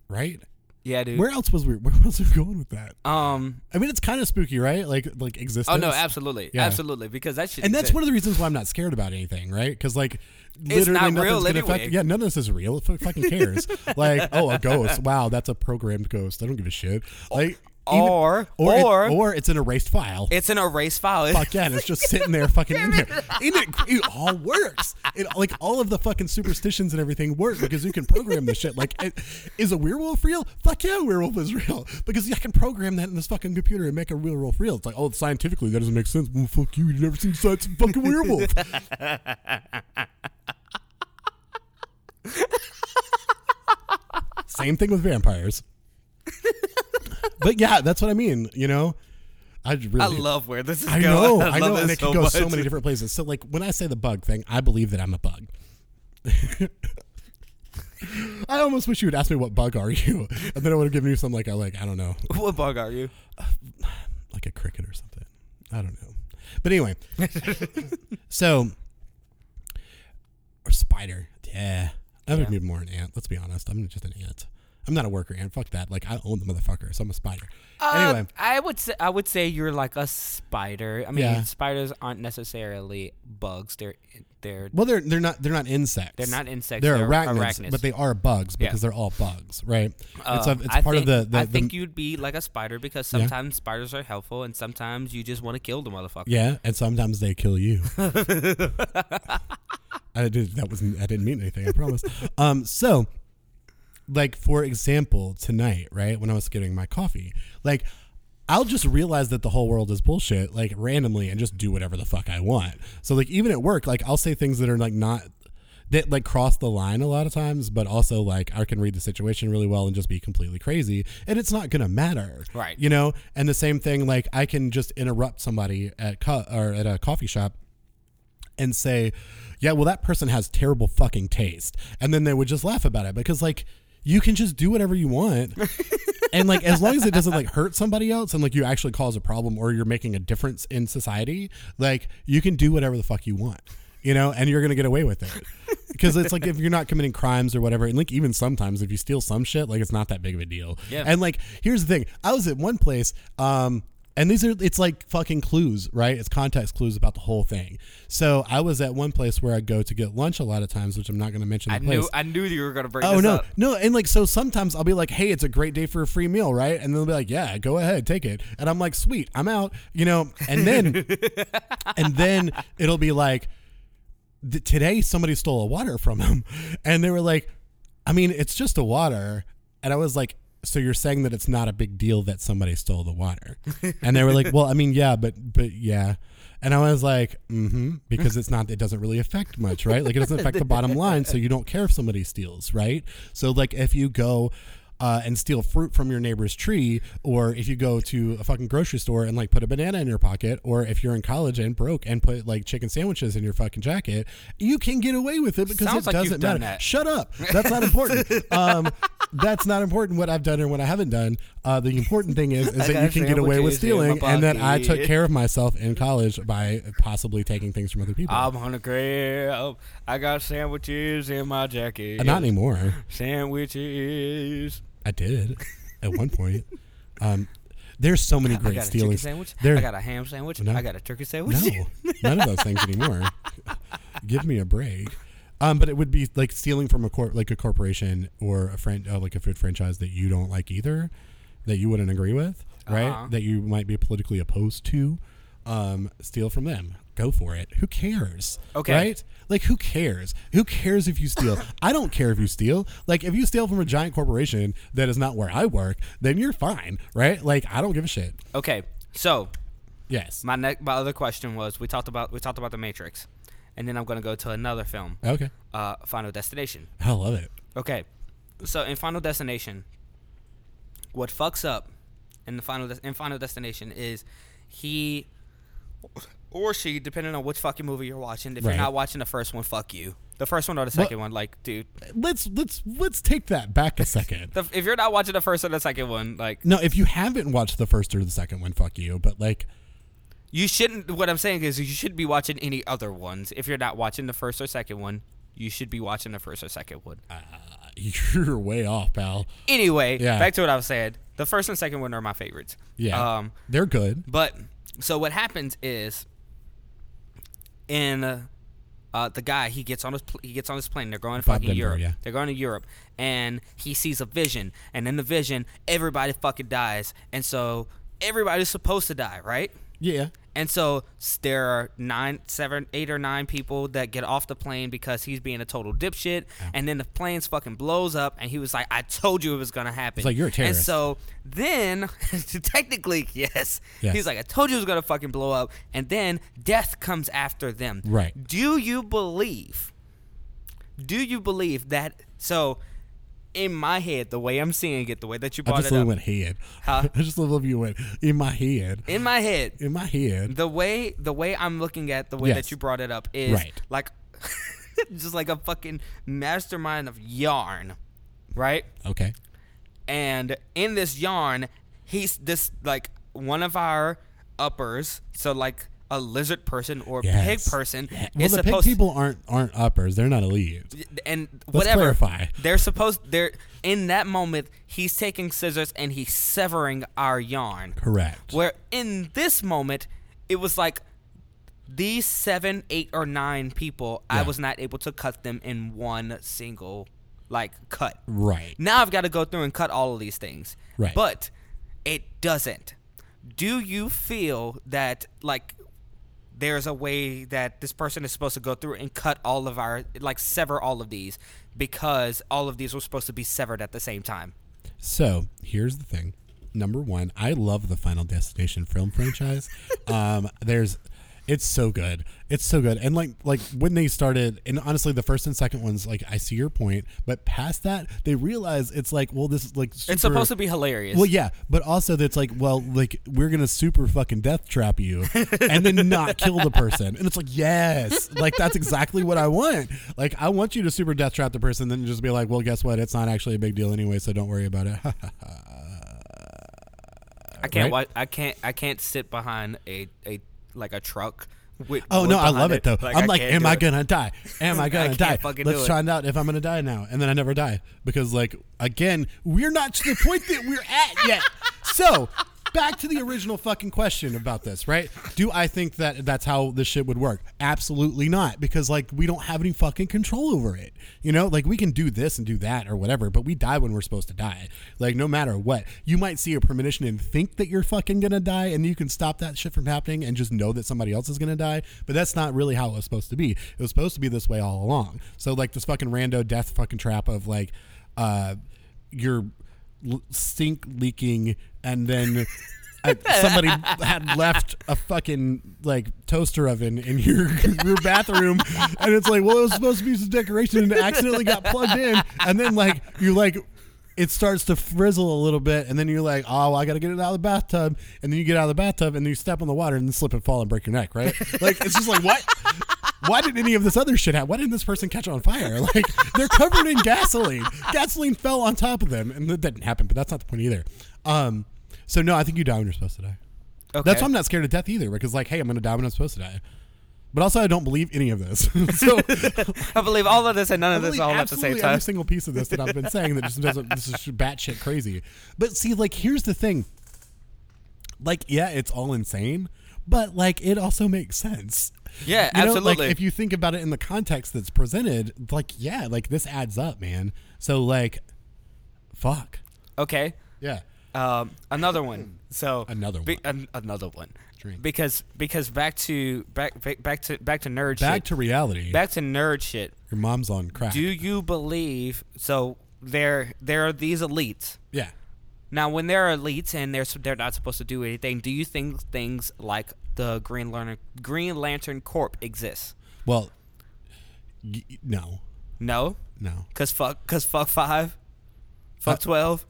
[SPEAKER 2] right.
[SPEAKER 1] yeah, dude.
[SPEAKER 2] Where else was we? Where else are we going with that?
[SPEAKER 1] um.
[SPEAKER 2] I mean, it's kind of spooky, right? Like, like
[SPEAKER 1] Oh
[SPEAKER 2] existence.
[SPEAKER 1] no, absolutely,
[SPEAKER 2] Yeah.
[SPEAKER 1] absolutely, because that shit.
[SPEAKER 2] And that's
[SPEAKER 1] exists.
[SPEAKER 2] one of the reasons why I'm not scared about anything, right? Because like, literally
[SPEAKER 1] not
[SPEAKER 2] nothing's
[SPEAKER 1] real
[SPEAKER 2] gonna
[SPEAKER 1] anyway.
[SPEAKER 2] affect- Yeah, none of this is real. It fu- fucking
[SPEAKER 1] [laughs]
[SPEAKER 2] cares. like, oh, a ghost. Wow, that's a programmed ghost. I don't give a shit. Like, even-
[SPEAKER 1] or-
[SPEAKER 2] or it-
[SPEAKER 1] or-
[SPEAKER 2] or it's an erased file.
[SPEAKER 1] It's an erase file. It's-
[SPEAKER 2] Fuck yeah, and it's just sitting there fucking in there. And it, it all works. It, like all of the fucking superstitions and everything work because you can program this shit. Like, it, is a werewolf real? Fuck yeah, a werewolf is real because I can program that in this fucking computer and make a werewolf real. It's like, oh, scientifically that doesn't make sense. Well, fuck you, you've never seen science of fucking werewolf. Same thing with vampires. But yeah, that's what I mean. You know, I
[SPEAKER 1] [laughs]
[SPEAKER 2] really
[SPEAKER 1] I love where this is
[SPEAKER 2] I
[SPEAKER 1] going.
[SPEAKER 2] know,
[SPEAKER 1] [laughs] I,
[SPEAKER 2] I,
[SPEAKER 1] love
[SPEAKER 2] know,
[SPEAKER 1] this
[SPEAKER 2] and it
[SPEAKER 1] so
[SPEAKER 2] can go
[SPEAKER 1] much.
[SPEAKER 2] so many different places. So, like when I say the bug thing, I believe that I'm a bug. [laughs] I almost wish you would ask me what bug are you, [laughs] and then I would have given you some like I like I don't know,
[SPEAKER 1] [laughs] What bug are you?
[SPEAKER 2] like a cricket or something. I don't know, but
[SPEAKER 1] [laughs]
[SPEAKER 2] anyway, so or spider, yeah, that would
[SPEAKER 1] Yeah.
[SPEAKER 2] be more an ant. Let's be honest, I'm just an ant. I'm not a worker ant. Fuck that. Like I own the motherfucker, so I'm a spider. anyway,
[SPEAKER 1] Um, I would say I would say you're like a spider. I mean,
[SPEAKER 2] Yeah.
[SPEAKER 1] spiders aren't necessarily bugs. They're They're
[SPEAKER 2] Well, they're they're not they're not insects.
[SPEAKER 1] they're not insects.
[SPEAKER 2] They're,
[SPEAKER 1] They're,
[SPEAKER 2] arachnids,
[SPEAKER 1] arachnids.
[SPEAKER 2] but they are bugs
[SPEAKER 1] Yeah.
[SPEAKER 2] because they're all bugs, right? it's
[SPEAKER 1] Um,
[SPEAKER 2] a, it's
[SPEAKER 1] I
[SPEAKER 2] part
[SPEAKER 1] think,
[SPEAKER 2] of the, the,
[SPEAKER 1] I
[SPEAKER 2] the-
[SPEAKER 1] think you'd be like a spider because
[SPEAKER 2] Yeah.
[SPEAKER 1] sometimes spiders are helpful and sometimes you just want to kill the motherfucker.
[SPEAKER 2] yeah, and sometimes they
[SPEAKER 1] [laughs]
[SPEAKER 2] kill you. I did that was I didn't mean anything. I promise. um, so, like for example, tonight, right when I was getting my coffee, like I'll just realize that the whole world is bullshit, like randomly, and just do whatever the fuck I want. So like even at work, like I'll say things that are like not that like cross the line a lot of times, but also like I can read the situation really well and just be completely crazy, and it's not gonna matter,
[SPEAKER 1] Right.
[SPEAKER 2] You know. And the same thing, like I can just interrupt somebody at co- or at a coffee shop and say, "Yeah, well, that person has terrible fucking taste," and then they would just laugh about it because like you can just do whatever you want, and like as long as it doesn't like hurt somebody else and like you actually cause a problem or you're making a difference in society, like you can do whatever the fuck you want, you know, and you're gonna get away with it. Because it's like if you're not committing crimes or whatever, and like even sometimes if you steal some shit, like it's not that big of a deal.
[SPEAKER 1] Yeah.
[SPEAKER 2] And like here's the thing: I was at one place, um, and these are it's like fucking clues, right? It's context clues about the whole thing. So I was at one place where I go to get lunch a lot of times, which I'm not going to mention. The
[SPEAKER 1] I
[SPEAKER 2] place.
[SPEAKER 1] knew I knew you were gonna bring
[SPEAKER 2] Oh
[SPEAKER 1] this
[SPEAKER 2] no,
[SPEAKER 1] up.
[SPEAKER 2] no, and like so sometimes I'll be like, "Hey, it's a great day for a free meal, right?" And they'll be like, "Yeah, go ahead, take it." And I'm like, "Sweet, I'm out," you know.
[SPEAKER 1] [laughs]
[SPEAKER 2] And then, and then it'll be like, th- "Today somebody stole a water from him," [laughs] and they were like, "I mean, it's just a water," and I was like. So you're saying that it's not a big deal that somebody stole the water, and they were like, "Well, I mean, yeah, but but yeah," and I was like, "Mm-hmm," because it's not, it doesn't really affect much, right? Like it doesn't affect the bottom line, so you don't care if somebody steals, right? So like if you go uh, and steal fruit from your neighbor's tree, or if you go to a fucking grocery store and like put a banana in your pocket, or if you're in college and broke and put like chicken sandwiches in your fucking jacket, you can get away with it because
[SPEAKER 1] Sounds
[SPEAKER 2] it
[SPEAKER 1] like you've
[SPEAKER 2] doesn't
[SPEAKER 1] done
[SPEAKER 2] matter.
[SPEAKER 1] that.
[SPEAKER 2] Shut up. That's
[SPEAKER 1] [laughs]
[SPEAKER 2] not important. um, that's not important what I've done or what I haven't done. Uh, the important
[SPEAKER 1] [laughs]
[SPEAKER 2] thing is, is that
[SPEAKER 1] got
[SPEAKER 2] you can get
[SPEAKER 1] sandwiches
[SPEAKER 2] away with
[SPEAKER 1] in my
[SPEAKER 2] stealing and that I took
[SPEAKER 1] pocket.
[SPEAKER 2] care of myself in college by possibly taking things from other people. Uh,
[SPEAKER 1] I'm hungry. Oh, I got sandwiches in my jacket.
[SPEAKER 2] Uh, Not anymore.
[SPEAKER 1] Sandwiches. [laughs]
[SPEAKER 2] I did at one point. Um, there's so many
[SPEAKER 1] I
[SPEAKER 2] great
[SPEAKER 1] got a chicken
[SPEAKER 2] stealings.
[SPEAKER 1] sandwich.
[SPEAKER 2] There-
[SPEAKER 1] I got a ham sandwich.
[SPEAKER 2] No.
[SPEAKER 1] I got a turkey sandwich. [laughs]
[SPEAKER 2] No, none of those things anymore. Give me a break. Um, but it would be like stealing from a cor- like a corporation or a friend, uh, like a food franchise that you don't like either, that you wouldn't agree with, right?
[SPEAKER 1] Uh-huh.
[SPEAKER 2] That you might be politically opposed to. Um, steal from them. Go for it. Who cares?
[SPEAKER 1] Okay.
[SPEAKER 2] Right? Like who cares? Who cares if
[SPEAKER 1] [laughs]
[SPEAKER 2] you steal? I don't care if you steal. Like if you steal from a giant corporation that is not where I work, then you're fine, right? Like I don't give a shit.
[SPEAKER 1] Okay, so
[SPEAKER 2] Yes.
[SPEAKER 1] my ne- my other question was we talked about we talked about the Matrix, and then I'm gonna go to another film,
[SPEAKER 2] okay.
[SPEAKER 1] uh, Final Destination.
[SPEAKER 2] I love it.
[SPEAKER 1] Okay, so in Final Destination, what fucks up in the final Des- in Final Destination is he or she, depending on which fucking movie you're watching. If
[SPEAKER 2] Right.
[SPEAKER 1] you're not watching the first one, fuck you. The first one or the second one, like, dude,
[SPEAKER 2] let's let's let's take that back a second.
[SPEAKER 1] the, if you're not watching the first or the second one, like,
[SPEAKER 2] No, if you haven't watched the first or the second one, fuck you. But like, [laughs]
[SPEAKER 1] You shouldn't. What I'm saying is, you shouldn't be watching any other ones. If you're not watching the first or second one, you should be watching the first or second one.
[SPEAKER 2] you're way off, pal.
[SPEAKER 1] Anyway,
[SPEAKER 2] Yeah.
[SPEAKER 1] back to what I was saying. The first and second one are my favorites.
[SPEAKER 2] Yeah,
[SPEAKER 1] Um,
[SPEAKER 2] they're good.
[SPEAKER 1] but so what happens is, in uh, uh, the guy he gets on his pl- he gets on his plane. They're going to
[SPEAKER 2] Bob
[SPEAKER 1] fucking
[SPEAKER 2] Denver,
[SPEAKER 1] Europe.
[SPEAKER 2] yeah.
[SPEAKER 1] They're going to Europe, and he sees a vision. And in the vision, everybody fucking dies. And so everybody's supposed to die, right?
[SPEAKER 2] Yeah,
[SPEAKER 1] And so s- there are nine, seven, eight or nine people that get off the plane because he's being a total dipshit. And then the plane's fucking blows up, and he was like, "I told you it was gonna happen."
[SPEAKER 2] It's like, you're a terrorist.
[SPEAKER 1] And so then, [laughs] technically, yes,
[SPEAKER 2] Yes.
[SPEAKER 1] he's like, "I told you it was gonna fucking blow up." And then death comes after them.
[SPEAKER 2] Right.
[SPEAKER 1] Do you believe? Do you believe that? So, in my head, the way I'm seeing it, the way that you
[SPEAKER 2] I
[SPEAKER 1] brought
[SPEAKER 2] just
[SPEAKER 1] it
[SPEAKER 2] love
[SPEAKER 1] up,
[SPEAKER 2] went head.
[SPEAKER 1] Huh?
[SPEAKER 2] [laughs] I just love you went in my head,
[SPEAKER 1] in my head,
[SPEAKER 2] in my head.
[SPEAKER 1] the way the way I'm looking at the way
[SPEAKER 2] Yes.
[SPEAKER 1] that you brought it up is
[SPEAKER 2] Right.
[SPEAKER 1] like [laughs] just like a fucking mastermind of yarn, right?
[SPEAKER 2] Okay,
[SPEAKER 1] And in this yarn, he's this like one of our uppers, so like a lizard person or
[SPEAKER 2] Yes.
[SPEAKER 1] pig person
[SPEAKER 2] Yeah. Well,
[SPEAKER 1] is
[SPEAKER 2] the pig
[SPEAKER 1] supposed
[SPEAKER 2] people aren't aren't uppers. They're not elite.
[SPEAKER 1] and whatever
[SPEAKER 2] clarify.
[SPEAKER 1] they're supposed they're in that moment he's taking scissors and he's severing our yarn.
[SPEAKER 2] Correct.
[SPEAKER 1] Where in this moment, it was like These seven, eight, or nine people, I
[SPEAKER 2] Yeah.
[SPEAKER 1] was not able to cut them in one single like cut.
[SPEAKER 2] Right.
[SPEAKER 1] Now I've got to go through and cut all of these things.
[SPEAKER 2] Right.
[SPEAKER 1] But it doesn't. Do you feel that like there's a way that this person is supposed to go through and cut all of our like sever all of these because all of these were supposed to be severed at the same time?
[SPEAKER 2] So here's the thing. Number one, I love the Final Destination
[SPEAKER 1] [laughs]
[SPEAKER 2] film franchise. um, there's, it's so good. It's so good. And like, like when they started, and honestly, the first and second ones, like, I see your point, but past that, they realize it's like, well, this is like, super,
[SPEAKER 1] It's supposed to be hilarious.
[SPEAKER 2] Well, yeah, but also that's like, well, like we're gonna super fucking death trap you, and then not kill the person, and it's like, yes, like that's exactly what I want. Like I want you to super death trap the person, then just be like, well, guess what? It's not actually a big deal anyway, so don't worry about it. [laughs]
[SPEAKER 1] I can't
[SPEAKER 2] right?
[SPEAKER 1] wa- I can't I can't sit behind a, a like a truck with
[SPEAKER 2] oh
[SPEAKER 1] wood
[SPEAKER 2] no, I
[SPEAKER 1] behind
[SPEAKER 2] love it though. I'm like,
[SPEAKER 1] can't
[SPEAKER 2] am
[SPEAKER 1] do
[SPEAKER 2] I
[SPEAKER 1] it.
[SPEAKER 2] gonna die?
[SPEAKER 1] [laughs]
[SPEAKER 2] Am I gonna
[SPEAKER 1] can't
[SPEAKER 2] die?
[SPEAKER 1] fucking do
[SPEAKER 2] Let's
[SPEAKER 1] it.
[SPEAKER 2] find out if I'm gonna die now, and then I never die because like again, we're not to the point that we're
[SPEAKER 1] [laughs]
[SPEAKER 2] at yet. So. Back to the original fucking question about this, right? Do I think that that's how this shit would work? Absolutely not, because like we don't have any fucking control over it. You know, like we can do this and do that or whatever, but we die when we're supposed to die. Like no matter what, you might see a premonition and think that you're fucking gonna die, and you can stop that shit from happening and just know that somebody else is gonna die. But that's not really how it was supposed to be. It was supposed to be this way all along. So like this fucking rando death fucking trap of like, uh, your l- sink leaking and then. uh somebody had left a fucking like toaster oven in your [laughs] your bathroom, and it's like, well, it was supposed to be some decoration, and it accidentally got plugged in, and then like you like it starts to frizzle a little bit, and then you're like, oh, well, I got to get it out of the bathtub, and then you get out of the bathtub, and then you step on the water, and then slip and fall and break your neck, right? Like it's just like what? Why did any of this other shit happen? Why didn't this person catch on fire? [laughs] Like they're covered in gasoline. Gasoline fell on top of them, and that didn't happen. But that's not the point either. Um, so no, I think you die when you're supposed to die. That's why I'm not scared of death either, because like, hey, I'm gonna die when I'm supposed to die. But also, I don't believe any of this. [laughs] so
[SPEAKER 1] [laughs]
[SPEAKER 2] [laughs]
[SPEAKER 1] I believe all of this and none
[SPEAKER 2] I
[SPEAKER 1] of this
[SPEAKER 2] believe
[SPEAKER 1] all at the same
[SPEAKER 2] absolutely
[SPEAKER 1] time.
[SPEAKER 2] Every single piece of this that I've been saying that just doesn't. This is batshit crazy. But see, like, here's the thing. Like, yeah, it's all insane, but like, it also makes sense.
[SPEAKER 1] Yeah,
[SPEAKER 2] You know, like,
[SPEAKER 1] absolutely.
[SPEAKER 2] if you think about it in the context that's presented, like, yeah, like this adds up, man. So like, fuck,
[SPEAKER 1] okay.
[SPEAKER 2] yeah,
[SPEAKER 1] Um, another one. So
[SPEAKER 2] Another
[SPEAKER 1] be-
[SPEAKER 2] one.
[SPEAKER 1] an- another one.
[SPEAKER 2] Drink.
[SPEAKER 1] Because because back to back back- back to back to nerd
[SPEAKER 2] back
[SPEAKER 1] shit.
[SPEAKER 2] to reality.
[SPEAKER 1] back to nerd shit.
[SPEAKER 2] Your mom's on crack.
[SPEAKER 1] Do you believe so? There there are these elites.
[SPEAKER 2] yeah,
[SPEAKER 1] Now, when they're elites and they're they're not supposed to do anything, do you think things like the Green Lantern Green Lantern Corp exists?
[SPEAKER 2] well, y- y- no,
[SPEAKER 1] No,
[SPEAKER 2] no,
[SPEAKER 1] cause fuck, cause fuck five, fuck
[SPEAKER 2] Uh,
[SPEAKER 1] twelve.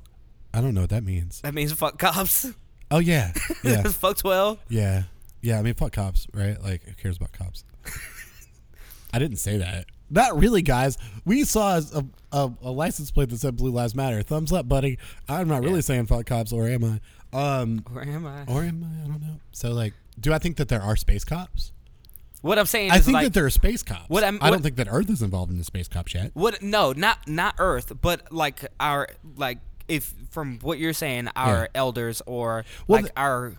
[SPEAKER 2] I don't know what that means.
[SPEAKER 1] That means fuck cops.
[SPEAKER 2] Oh yeah,
[SPEAKER 1] [laughs]
[SPEAKER 2] yeah.
[SPEAKER 1] fuck twelve.
[SPEAKER 2] Yeah. Yeah, I mean fuck cops, right? Like who cares about cops? [laughs] I didn't say that. Not really, guys. We saw a, a, a license plate that said Blue Lives Matter. Thumbs up, buddy. I'm not really saying fuck cops, or am I? Um,
[SPEAKER 1] Where am I?
[SPEAKER 2] or am I? I don't know. So, like, do I think that there are space cops?
[SPEAKER 1] What I'm saying
[SPEAKER 2] I
[SPEAKER 1] is
[SPEAKER 2] think
[SPEAKER 1] like
[SPEAKER 2] that there are space cops.
[SPEAKER 1] What I'm-
[SPEAKER 2] I don't
[SPEAKER 1] what-
[SPEAKER 2] think that Earth is involved in the space cops yet.
[SPEAKER 1] what? No, not not Earth, but like our like if from what you're saying, our
[SPEAKER 2] Yeah.
[SPEAKER 1] elders or
[SPEAKER 2] Well,
[SPEAKER 1] like
[SPEAKER 2] th-
[SPEAKER 1] our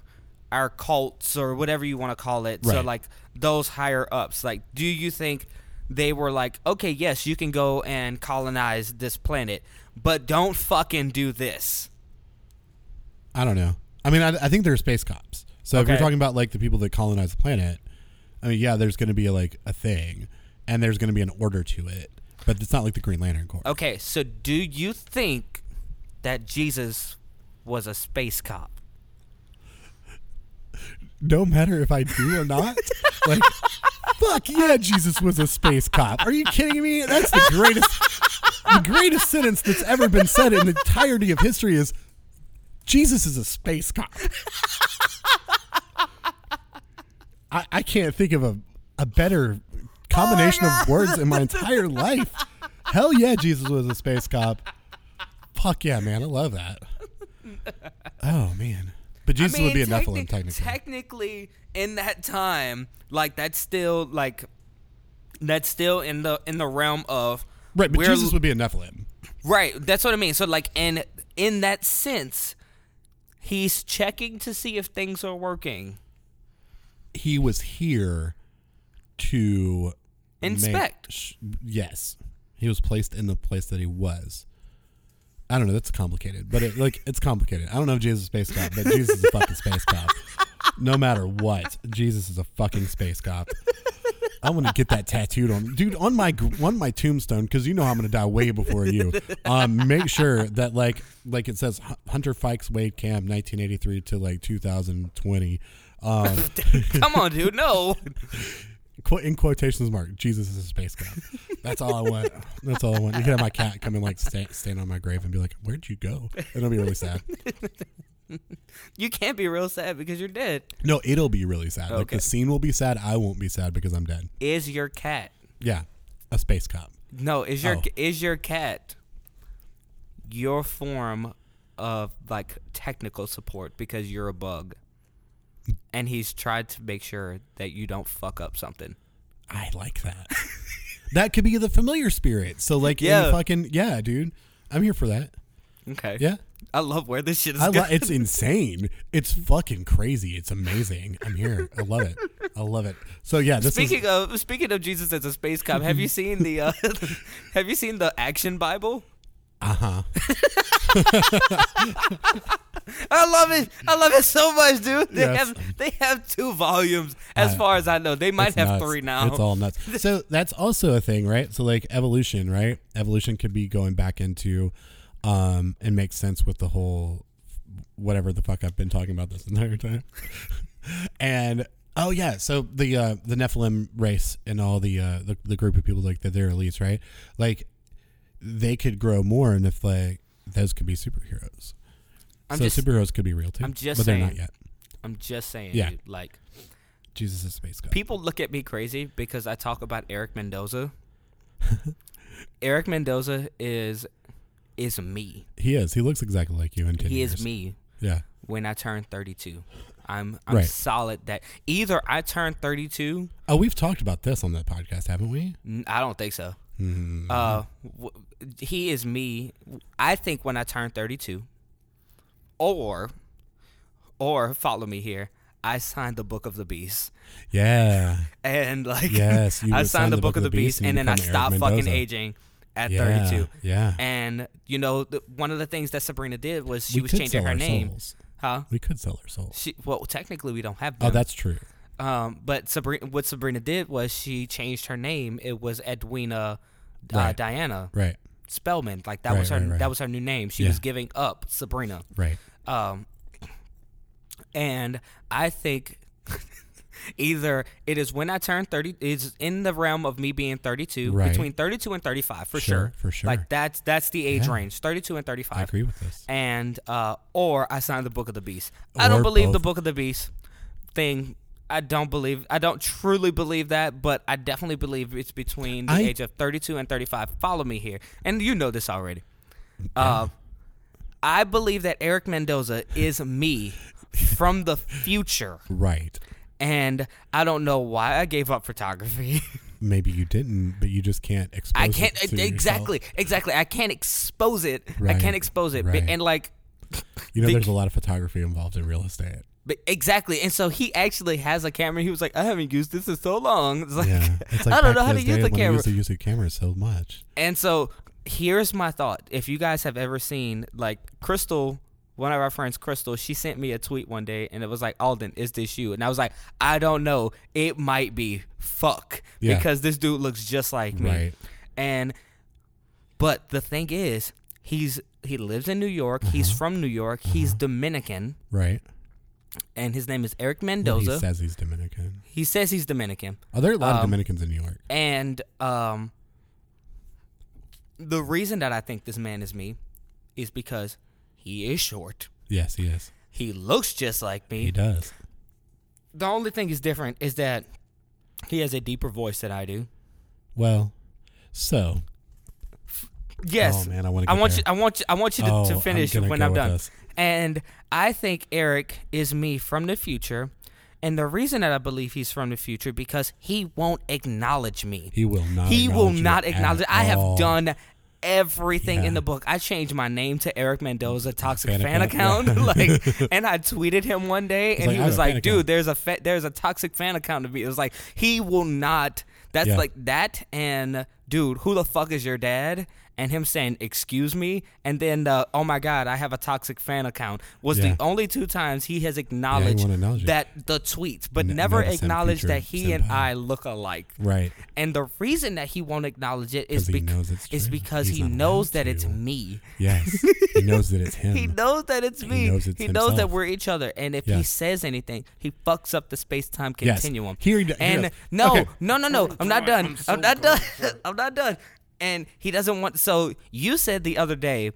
[SPEAKER 1] our cults or whatever you want to call it. So
[SPEAKER 2] Right.
[SPEAKER 1] like those higher ups, like do you think they were like, okay, yes, you can go and colonize this planet, but don't fucking do this.
[SPEAKER 2] I don't know. I mean, I, I think there are space cops. So if you're
[SPEAKER 1] Okay.
[SPEAKER 2] talking about like the people that colonize the planet, I mean, yeah, there's going to be like a thing, and there's going to be an order to it. But it's not like the Green Lantern Corps.
[SPEAKER 1] Okay, so do you think that Jesus was a space cop?
[SPEAKER 2] No matter if I do or not, like, fuck yeah, Jesus was a space cop. Are you kidding me? That's the greatest, the greatest sentence that's ever been said in the entirety of history is Jesus is a space cop. I, I can't think of a, a better combination of words in my entire life. Hell yeah, Jesus was a space cop. Fuck yeah, man. I love that. Oh, man. But Jesus would be a Nephilim,
[SPEAKER 1] technic-
[SPEAKER 2] technically.
[SPEAKER 1] Technically, in that time, like that's still like that's still in the in the realm of
[SPEAKER 2] right, but
[SPEAKER 1] we're-
[SPEAKER 2] Jesus would be a Nephilim.
[SPEAKER 1] right. That's what I mean. So like, and in that sense,
[SPEAKER 2] [laughs]
[SPEAKER 1] he's checking to see if things are working.
[SPEAKER 2] He was here to make-
[SPEAKER 1] Inspect.
[SPEAKER 2] sh- yes, he was placed in the place that he was. I don't know. That's complicated, but it, like it's complicated. I don't know if Jesus is a space cop, but Jesus is a fucking space cop. [laughs] No matter what, Jesus is a fucking space cop. I'm gonna get that tattooed on, dude, on my gr- on my tombstone because you know I'm gonna die way before you. Um, make sure that like like it says Hu- Hunter Fikes Wade Camp 1983 to like 2020. Um,
[SPEAKER 1] Come on, dude. No.
[SPEAKER 2] qu- in quotations mark Jesus is a space cop. That's all I want. That's all I want. You can have my cat come and like sta stand on my grave and be like, "Where'd you go?" It'll be really sad.
[SPEAKER 1] You can't be real sad because you're dead.
[SPEAKER 2] No, it'll be really sad. Like
[SPEAKER 1] Okay.
[SPEAKER 2] the scene will be sad. I won't be sad because I'm dead.
[SPEAKER 1] Is your cat?
[SPEAKER 2] Yeah, a space cop.
[SPEAKER 1] No. Is your
[SPEAKER 2] Oh.
[SPEAKER 1] is your cat your form of like technical support because you're a bug, and he's tried to make sure that you don't fuck up something.
[SPEAKER 2] I
[SPEAKER 1] [laughs]
[SPEAKER 2] like that. that could be the familiar spirit. So like, yeah,
[SPEAKER 1] Yeah.
[SPEAKER 2] fucking yeah, dude. I'm here for that.
[SPEAKER 1] Okay.
[SPEAKER 2] Yeah,
[SPEAKER 1] I love where this shit is
[SPEAKER 2] I
[SPEAKER 1] going.
[SPEAKER 2] li- it's insane. It's fucking crazy. It's amazing. I'm here. I love it. I love it. So yeah, this is
[SPEAKER 1] Speaking of speaking of Jesus as a space cop,
[SPEAKER 2] [laughs]
[SPEAKER 1] have you seen the uh, [laughs] have you seen the Action Bible?
[SPEAKER 2] uh huh.
[SPEAKER 1] I love it. I love it so much, dude. They
[SPEAKER 2] Yes.
[SPEAKER 1] have they have two volumes as
[SPEAKER 2] I-
[SPEAKER 1] far as I know. They might
[SPEAKER 2] It's
[SPEAKER 1] have
[SPEAKER 2] nuts.
[SPEAKER 1] three now.
[SPEAKER 2] It's all nuts.
[SPEAKER 1] [laughs]
[SPEAKER 2] So that's also a thing, right? So like evolution, right? Evolution could be going back into um and makes sense with the whole whatever the fuck I've been talking about this [laughs] entire time. and oh yeah, so the uh the Nephilim race and all the uh the, the group of people like that they're elites, right? Like they could grow more and if like those could be superheroes.
[SPEAKER 1] I'm
[SPEAKER 2] so
[SPEAKER 1] just
[SPEAKER 2] superheroes could be real too.
[SPEAKER 1] I'm just
[SPEAKER 2] but they're not
[SPEAKER 1] saying.
[SPEAKER 2] yet.
[SPEAKER 1] I'm just saying,
[SPEAKER 2] Yeah.
[SPEAKER 1] dude, like
[SPEAKER 2] Jesus is space god.
[SPEAKER 1] people look at me crazy because I talk about Eric Mendoza. [laughs] Eric Mendoza is is me.
[SPEAKER 2] he is. He looks exactly like you in 10
[SPEAKER 1] He
[SPEAKER 2] years.
[SPEAKER 1] is me.
[SPEAKER 2] Yeah.
[SPEAKER 1] When I turn 32, I'm I'm
[SPEAKER 2] Right.
[SPEAKER 1] solid that either I turn 32
[SPEAKER 2] Oh, we've talked about this on the podcast, haven't we?
[SPEAKER 1] N- I don't think so. Uh, w- he is me. I think when I turn 32, or, or follow me here. I signed the Book of the Beast, [laughs]
[SPEAKER 2] Yeah.
[SPEAKER 1] and like
[SPEAKER 2] Yes,
[SPEAKER 1] [laughs]
[SPEAKER 2] you
[SPEAKER 1] I
[SPEAKER 2] would sign
[SPEAKER 1] signed the Book of the Beast, and,
[SPEAKER 2] you
[SPEAKER 1] then I
[SPEAKER 2] become Eric
[SPEAKER 1] stopped fucking
[SPEAKER 2] Mendoza.
[SPEAKER 1] aging at
[SPEAKER 2] yeah.
[SPEAKER 1] 32.
[SPEAKER 2] Yeah.
[SPEAKER 1] And you know, the, one of the things that Sabrina did was she
[SPEAKER 2] We
[SPEAKER 1] was
[SPEAKER 2] could
[SPEAKER 1] changing
[SPEAKER 2] sell
[SPEAKER 1] her
[SPEAKER 2] our
[SPEAKER 1] name,
[SPEAKER 2] Souls.
[SPEAKER 1] huh?
[SPEAKER 2] We could sell our souls.
[SPEAKER 1] She, well, technically we don't have
[SPEAKER 2] Oh,
[SPEAKER 1] them.
[SPEAKER 2] that's true.
[SPEAKER 1] Um, but Sabrina, what Sabrina did was she changed her name. It was Edwina uh,
[SPEAKER 2] Right.
[SPEAKER 1] Diana
[SPEAKER 2] Right.
[SPEAKER 1] Spellman. Like that
[SPEAKER 2] Right,
[SPEAKER 1] was her.
[SPEAKER 2] right, right.
[SPEAKER 1] That was her new name. She
[SPEAKER 2] Yeah.
[SPEAKER 1] was giving up Sabrina.
[SPEAKER 2] Right.
[SPEAKER 1] Um, and I think [laughs] either it is when I turn thirty. It's in the realm of me being thirty-two,
[SPEAKER 2] Right.
[SPEAKER 1] between thirty-two and thirty-five for
[SPEAKER 2] Sure,
[SPEAKER 1] sure.
[SPEAKER 2] for sure.
[SPEAKER 1] Like that's that's the age
[SPEAKER 2] Yeah.
[SPEAKER 1] range, thirty-two and
[SPEAKER 2] I
[SPEAKER 1] thirty-five.
[SPEAKER 2] agree with this.
[SPEAKER 1] And uh, or I signed the Book of the Beast. I don't
[SPEAKER 2] Or
[SPEAKER 1] believe the
[SPEAKER 2] both.
[SPEAKER 1] Book of the Beast thing. I don't believe. I don't truly believe that, but I definitely believe it's between the
[SPEAKER 2] I-
[SPEAKER 1] age of thirty-two and thirty-five. Follow me here, and you know this already. Uh, I believe that Eric Mendoza is me from the future,
[SPEAKER 2] Right.
[SPEAKER 1] and I don't know why I gave up photography.
[SPEAKER 2] Maybe you didn't, but you just can't expose
[SPEAKER 1] [laughs] I can't
[SPEAKER 2] it to yourself.
[SPEAKER 1] exactly, exactly. I can't expose it. I
[SPEAKER 2] Right,
[SPEAKER 1] can't expose it,
[SPEAKER 2] right.
[SPEAKER 1] and like
[SPEAKER 2] You know,
[SPEAKER 1] Think-
[SPEAKER 2] there's a lot of photography involved in real estate.
[SPEAKER 1] [laughs] But exactly, and so he actually has a camera. He was like, "I haven't used this in so long." It's like,
[SPEAKER 2] Yeah. It's like
[SPEAKER 1] I don't know
[SPEAKER 2] back
[SPEAKER 1] how
[SPEAKER 2] in
[SPEAKER 1] to
[SPEAKER 2] those
[SPEAKER 1] use
[SPEAKER 2] days
[SPEAKER 1] the
[SPEAKER 2] when I
[SPEAKER 1] camera.
[SPEAKER 2] used to use the camera so much.
[SPEAKER 1] and so here's my thought: If you guys have ever seen, like Crystal, one of our friends, Crystal, she sent me a tweet one day, and it was like, "Alden, is this you?" And I was like, "I don't know. It might be. Fuck,
[SPEAKER 2] Yeah.
[SPEAKER 1] because this dude looks just like me."
[SPEAKER 2] Right.
[SPEAKER 1] And but the thing is, he's he lives in New York. He's
[SPEAKER 2] Uh-huh.
[SPEAKER 1] from New York. He's Dominican,
[SPEAKER 2] Right.
[SPEAKER 1] and his name is Eric
[SPEAKER 2] Well,
[SPEAKER 1] Mendoza.
[SPEAKER 2] he says he's Dominican.
[SPEAKER 1] He says he's Dominican.
[SPEAKER 2] Are there a lot of
[SPEAKER 1] Um,
[SPEAKER 2] Dominicans in New York?
[SPEAKER 1] And um, the reason that I think this man is me is because he is short.
[SPEAKER 2] Yes, he is.
[SPEAKER 1] He looks just like me.
[SPEAKER 2] He does.
[SPEAKER 1] The only thing is different is that he has a deeper voice than I do.
[SPEAKER 2] Well, so
[SPEAKER 1] Yes.
[SPEAKER 2] Oh, man, I wanna
[SPEAKER 1] I
[SPEAKER 2] get
[SPEAKER 1] want
[SPEAKER 2] there.
[SPEAKER 1] you. I want you. I want you to,
[SPEAKER 2] Oh,
[SPEAKER 1] to
[SPEAKER 2] I'm
[SPEAKER 1] finish
[SPEAKER 2] gonna
[SPEAKER 1] when
[SPEAKER 2] go
[SPEAKER 1] I'm
[SPEAKER 2] with
[SPEAKER 1] done.
[SPEAKER 2] this.
[SPEAKER 1] And I think Eric is me from the future. And the reason that I believe he's from the future because he won't acknowledge me.
[SPEAKER 2] He will not.
[SPEAKER 1] He will
[SPEAKER 2] acknowledge you
[SPEAKER 1] not
[SPEAKER 2] at
[SPEAKER 1] acknowledge. I
[SPEAKER 2] all.
[SPEAKER 1] have done everything
[SPEAKER 2] Yeah.
[SPEAKER 1] in the book. I changed my name to Eric Mendoza Toxic
[SPEAKER 2] Fan
[SPEAKER 1] Fan,
[SPEAKER 2] account,
[SPEAKER 1] Account, [laughs]
[SPEAKER 2] [laughs]
[SPEAKER 1] like, and I tweeted him one day, and
[SPEAKER 2] like,
[SPEAKER 1] he
[SPEAKER 2] "I have
[SPEAKER 1] was
[SPEAKER 2] a fan
[SPEAKER 1] like, "Dude,
[SPEAKER 2] account."
[SPEAKER 1] there's a fa- there's a toxic fan account to be." It was like he will not. That's
[SPEAKER 2] Yeah.
[SPEAKER 1] like that, and dude, who the fuck is your dad? And him saying, "Excuse me," and then, uh, "Oh my god, I have a toxic fan account." Was
[SPEAKER 2] Yeah.
[SPEAKER 1] the only two times he has
[SPEAKER 2] won't
[SPEAKER 1] acknowledged
[SPEAKER 2] acknowledge it.
[SPEAKER 1] that the tweets, but
[SPEAKER 2] N-
[SPEAKER 1] never
[SPEAKER 2] never send
[SPEAKER 1] acknowledged
[SPEAKER 2] future
[SPEAKER 1] that he and
[SPEAKER 2] senpai.
[SPEAKER 1] I look alike.
[SPEAKER 2] Right.
[SPEAKER 1] And the reason that he won't acknowledge it is
[SPEAKER 2] 'Cause he
[SPEAKER 1] because
[SPEAKER 2] knows it's
[SPEAKER 1] is
[SPEAKER 2] true.
[SPEAKER 1] because
[SPEAKER 2] He's
[SPEAKER 1] he
[SPEAKER 2] not
[SPEAKER 1] knows
[SPEAKER 2] allowed
[SPEAKER 1] that it's
[SPEAKER 2] to.
[SPEAKER 1] me.
[SPEAKER 2] Yes.
[SPEAKER 1] [laughs]
[SPEAKER 2] he knows that it's him.
[SPEAKER 1] He knows that it's me. He knows,
[SPEAKER 2] knows it's
[SPEAKER 1] that
[SPEAKER 2] himself.
[SPEAKER 1] we're each other. And if
[SPEAKER 2] Yeah.
[SPEAKER 1] he says anything, he fucks up the space time
[SPEAKER 2] Yes.
[SPEAKER 1] continuum.
[SPEAKER 2] Here he d- here
[SPEAKER 1] and
[SPEAKER 2] it is.
[SPEAKER 1] no,
[SPEAKER 2] Okay.
[SPEAKER 1] no, no, no. I'm not done. I'm, not done. [laughs] I'm not done. And he doesn't want. So you said the other day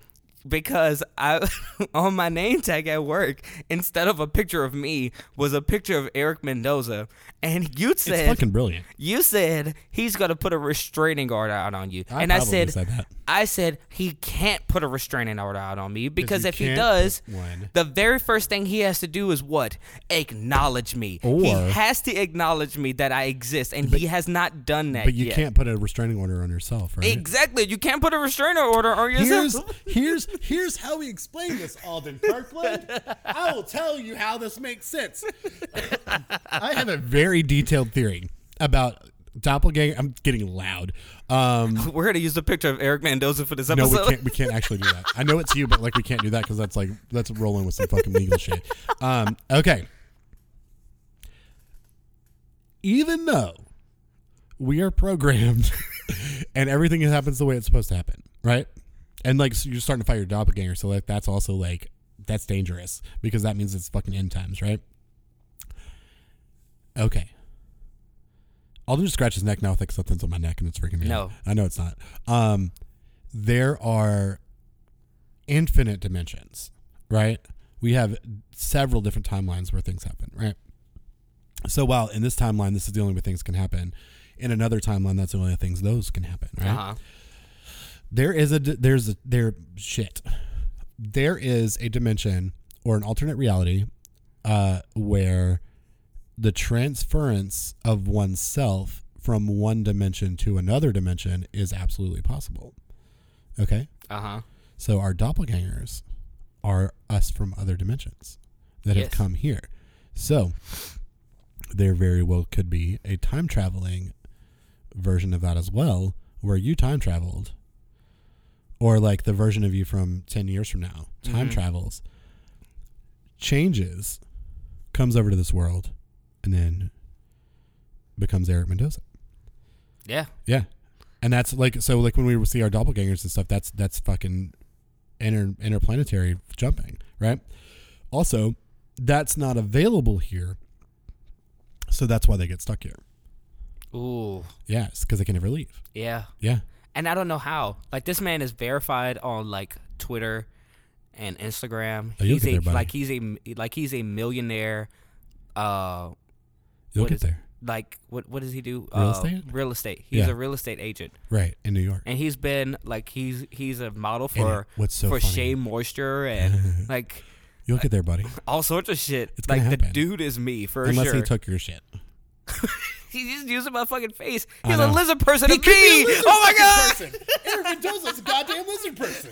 [SPEAKER 1] because I [laughs] on my name tag at work instead of a picture of me was a picture of Eric Mendoza, and you
[SPEAKER 2] It's
[SPEAKER 1] said
[SPEAKER 2] fucking brilliant.
[SPEAKER 1] you said he's gonna put a restraining order out on you,
[SPEAKER 2] I
[SPEAKER 1] and I
[SPEAKER 2] probably
[SPEAKER 1] said,
[SPEAKER 2] said that.
[SPEAKER 1] I said he can't put a restraining order out on me because
[SPEAKER 2] you
[SPEAKER 1] if he
[SPEAKER 2] can't
[SPEAKER 1] does,
[SPEAKER 2] put one.
[SPEAKER 1] the very first thing he has to do is what acknowledge me. he
[SPEAKER 2] Or-
[SPEAKER 1] has to acknowledge me that I exist, and he has not done that
[SPEAKER 2] But you
[SPEAKER 1] yet.
[SPEAKER 2] can't put a restraining order on yourself, right?
[SPEAKER 1] Exactly, you can't put a restraining order on yourself.
[SPEAKER 2] Here's here's here's how we explain this, Alden Kirkland. I will tell you how this makes sense. I have a very detailed theory about doppelganger. I'm getting loud. Um,
[SPEAKER 1] We're gonna use the picture of Eric Mendoza for this
[SPEAKER 2] no, we
[SPEAKER 1] episode.
[SPEAKER 2] can't. We can't actually do that. I know it's you, but like we can't do that because that's like that's rolling with some fucking legal shit. Um, okay. Even though we are programmed [laughs] and everything happens the way it's supposed to happen, right? And like so you're starting to fight your doppelganger, so like that's also like that's dangerous because that means it's fucking end times, right? Okay. Alden just scratched his neck now. I think something's on my neck and it's freaking me out.
[SPEAKER 1] No.
[SPEAKER 2] I know it's not. Um, there are infinite dimensions, right? We have several different timelines where things happen, right? So while in this timeline, this is the only way things can happen. In another timeline, that's the only things those can happen, right?
[SPEAKER 1] Uh-huh.
[SPEAKER 2] There is a d- there's a there shit. There is a dimension or an alternate reality uh, where the transference of oneself from one dimension to another dimension is absolutely possible. Okay,
[SPEAKER 1] Uh huh.
[SPEAKER 2] so our doppelgangers are us from other dimensions that have
[SPEAKER 1] Yes.
[SPEAKER 2] come here. So there very well could be a time traveling version of that as well, where you time traveled, or like the version of you from 10 years from now, time travels, changes, comes over to this world, and then becomes Eric Mendoza.
[SPEAKER 1] Yeah.
[SPEAKER 2] Yeah, and that's like so like when we see our doppelgangers and stuff. That's that's fucking inter, interplanetary jumping, right? Also, that's not available here, so that's why they get stuck here.
[SPEAKER 1] Ooh.
[SPEAKER 2] Yes, because they can never leave.
[SPEAKER 1] Yeah.
[SPEAKER 2] Yeah,
[SPEAKER 1] and I don't know how. Like this man is verified on like Twitter and Instagram.
[SPEAKER 2] Oh, you'll
[SPEAKER 1] He's
[SPEAKER 2] get
[SPEAKER 1] a
[SPEAKER 2] there, buddy.
[SPEAKER 1] like he's a like he's a millionaire. Uh,
[SPEAKER 2] you'll
[SPEAKER 1] What
[SPEAKER 2] get
[SPEAKER 1] is-
[SPEAKER 2] there,
[SPEAKER 1] like what what does he do?
[SPEAKER 2] Real
[SPEAKER 1] uh,
[SPEAKER 2] estate?
[SPEAKER 1] Real estate. He's
[SPEAKER 2] Yeah.
[SPEAKER 1] a real estate agent,
[SPEAKER 2] right in New York.
[SPEAKER 1] and he's been like he's he's a model
[SPEAKER 2] And
[SPEAKER 1] for
[SPEAKER 2] what's so
[SPEAKER 1] for
[SPEAKER 2] funny?
[SPEAKER 1] Shea Moisture
[SPEAKER 2] [laughs]
[SPEAKER 1] and like
[SPEAKER 2] You'll get there, buddy.
[SPEAKER 1] all sorts of shit.
[SPEAKER 2] It's
[SPEAKER 1] like
[SPEAKER 2] gonna
[SPEAKER 1] the
[SPEAKER 2] happen.
[SPEAKER 1] dude is me for
[SPEAKER 2] Unless
[SPEAKER 1] sure. Oh
[SPEAKER 2] he took your shit.
[SPEAKER 1] he's just using my fucking face.
[SPEAKER 2] I
[SPEAKER 1] He's a
[SPEAKER 2] know.
[SPEAKER 1] lizard person. to me. oh my god.
[SPEAKER 2] Eric Mendoza's a goddamn lizard person.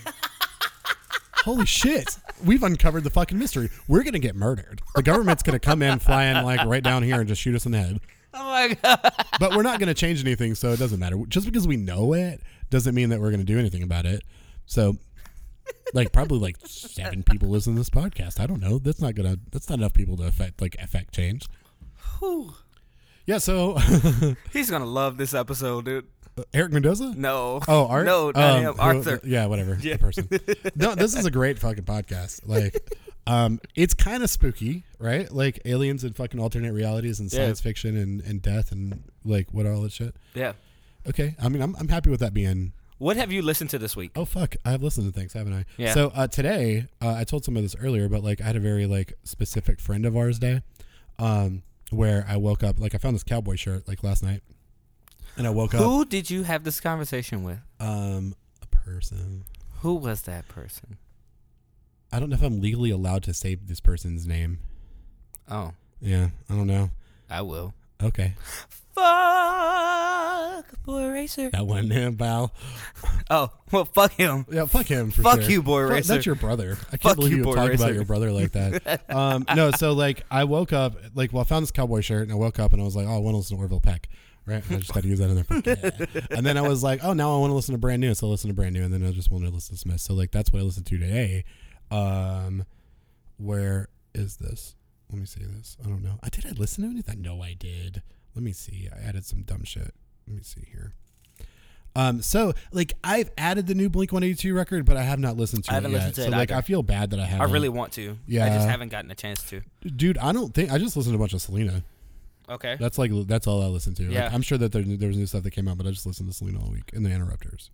[SPEAKER 2] Holy shit. We've uncovered the fucking mystery. We're going to get murdered. The government's going to come in, fly in, like right down here and just shoot us in the head.
[SPEAKER 1] Oh my god. [laughs]
[SPEAKER 2] But we're not going to change anything, so it doesn't matter. Just because we know it doesn't mean that we're going to do anything about it. So, like, probably like seven people listen to this podcast. I don't know. That's not going to, that's not enough people to affect, like, affect change.
[SPEAKER 1] Whew.
[SPEAKER 2] Yeah, so [laughs]
[SPEAKER 1] He's gonna love this episode, dude.
[SPEAKER 2] Eric Mendoza?
[SPEAKER 1] No.
[SPEAKER 2] Oh, Art?
[SPEAKER 1] No, not
[SPEAKER 2] Um,
[SPEAKER 1] him.
[SPEAKER 2] who-
[SPEAKER 1] Arthur.
[SPEAKER 2] yeah, whatever. The person. no, this is a great fucking podcast. Like, um, it's kind of spooky, right? Like aliens and fucking alternate realities and
[SPEAKER 1] Yeah.
[SPEAKER 2] science fiction and, and death and like what all that shit.
[SPEAKER 1] Yeah.
[SPEAKER 2] Okay, I mean, I'm I'm happy with that being.
[SPEAKER 1] What have you listened to this week?
[SPEAKER 2] Oh fuck, I've listened to things, haven't I?
[SPEAKER 1] Yeah.
[SPEAKER 2] So uh, today, uh, I told some of this earlier, but like I had a very like specific friend of ours day, um, where I woke up like I found this cowboy shirt like last night, and I woke up
[SPEAKER 1] Who did you have this conversation with?
[SPEAKER 2] um a person.
[SPEAKER 1] Who was that person?
[SPEAKER 2] I don't know if I'm legally allowed to say this person's name.
[SPEAKER 1] Oh,
[SPEAKER 2] Yeah, I don't know.
[SPEAKER 1] I will.
[SPEAKER 2] Okay.
[SPEAKER 1] Fuck Boy Eraser.
[SPEAKER 2] That one, [laughs] yeah, Val.
[SPEAKER 1] Oh, well, fuck him.
[SPEAKER 2] Yeah, fuck him. For
[SPEAKER 1] Fuck
[SPEAKER 2] sure.
[SPEAKER 1] you, boy
[SPEAKER 2] Fuck-
[SPEAKER 1] racer.
[SPEAKER 2] That's your brother. I can't
[SPEAKER 1] Fuck
[SPEAKER 2] believe
[SPEAKER 1] you,
[SPEAKER 2] you,
[SPEAKER 1] boy
[SPEAKER 2] talk
[SPEAKER 1] racer.
[SPEAKER 2] about your brother
[SPEAKER 1] [laughs]
[SPEAKER 2] like that. um, no, so like I woke up, like, well, I found this cowboy shirt, and I woke up, and I was like, oh, I want to listen to Orville Peck. Right, and I just had to use that in there. For, And then I was like, oh, now I want to listen to brand new, so I listen to brand new, and then I just wanted to listen to Smith. So like that's what I listened to today. Um, where is this? Let me see this. I don't know. I did I listen to anything? No, I did. Let me see. I added some dumb shit. Let me see here. Um, so like I've added the new Blink One Eighty Two record, but I have not listened to
[SPEAKER 1] I
[SPEAKER 2] it
[SPEAKER 1] haven't
[SPEAKER 2] yet.
[SPEAKER 1] listened to
[SPEAKER 2] so
[SPEAKER 1] it
[SPEAKER 2] like
[SPEAKER 1] either.
[SPEAKER 2] I feel bad that I
[SPEAKER 1] I
[SPEAKER 2] haven't.
[SPEAKER 1] really want to. I
[SPEAKER 2] Yeah.
[SPEAKER 1] just haven't gotten a chance to.
[SPEAKER 2] dude. I don't think I just listened to a bunch of Selena.
[SPEAKER 1] Okay.
[SPEAKER 2] That's like that's all I listened to. Like,
[SPEAKER 1] Yeah.
[SPEAKER 2] I'm sure that there, there was new stuff that came out, but I just listened to Selena all week and the Interrupters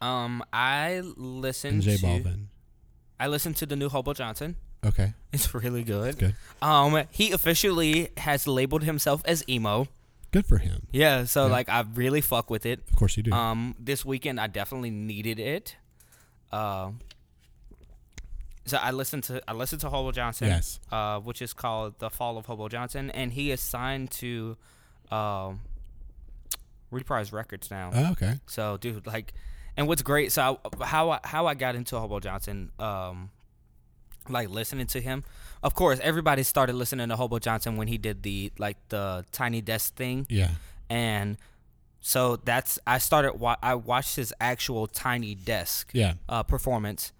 [SPEAKER 1] Um, I
[SPEAKER 2] and
[SPEAKER 1] listened
[SPEAKER 2] J
[SPEAKER 1] to.
[SPEAKER 2] Balvin.
[SPEAKER 1] I listened to the new Hobo Johnson. [laughs]
[SPEAKER 2] Okay,
[SPEAKER 1] It's really good.
[SPEAKER 2] good.
[SPEAKER 1] Um, he officially has labeled himself as emo.
[SPEAKER 2] Good for him.
[SPEAKER 1] Yeah, so
[SPEAKER 2] Yeah.
[SPEAKER 1] like I really fuck with it.
[SPEAKER 2] Of course you do.
[SPEAKER 1] Um, this weekend I definitely needed it. Um, so I listened to I listened to Hobo Johnson,
[SPEAKER 2] yes.
[SPEAKER 1] uh, which is called "The Fall of Hobo Johnson," and he is signed to, um, Reprise Records now.
[SPEAKER 2] Oh, okay.
[SPEAKER 1] So, dude, like, and what's great? So, I, how I, how I got into Hobo Johnson, um, like listening to him. Of course, everybody started listening to Hobo Johnson when he did the like the tiny desk thing,
[SPEAKER 2] Yeah.
[SPEAKER 1] and so that's I started. Wa- I watched his actual tiny desk
[SPEAKER 2] Yeah.
[SPEAKER 1] uh, performance,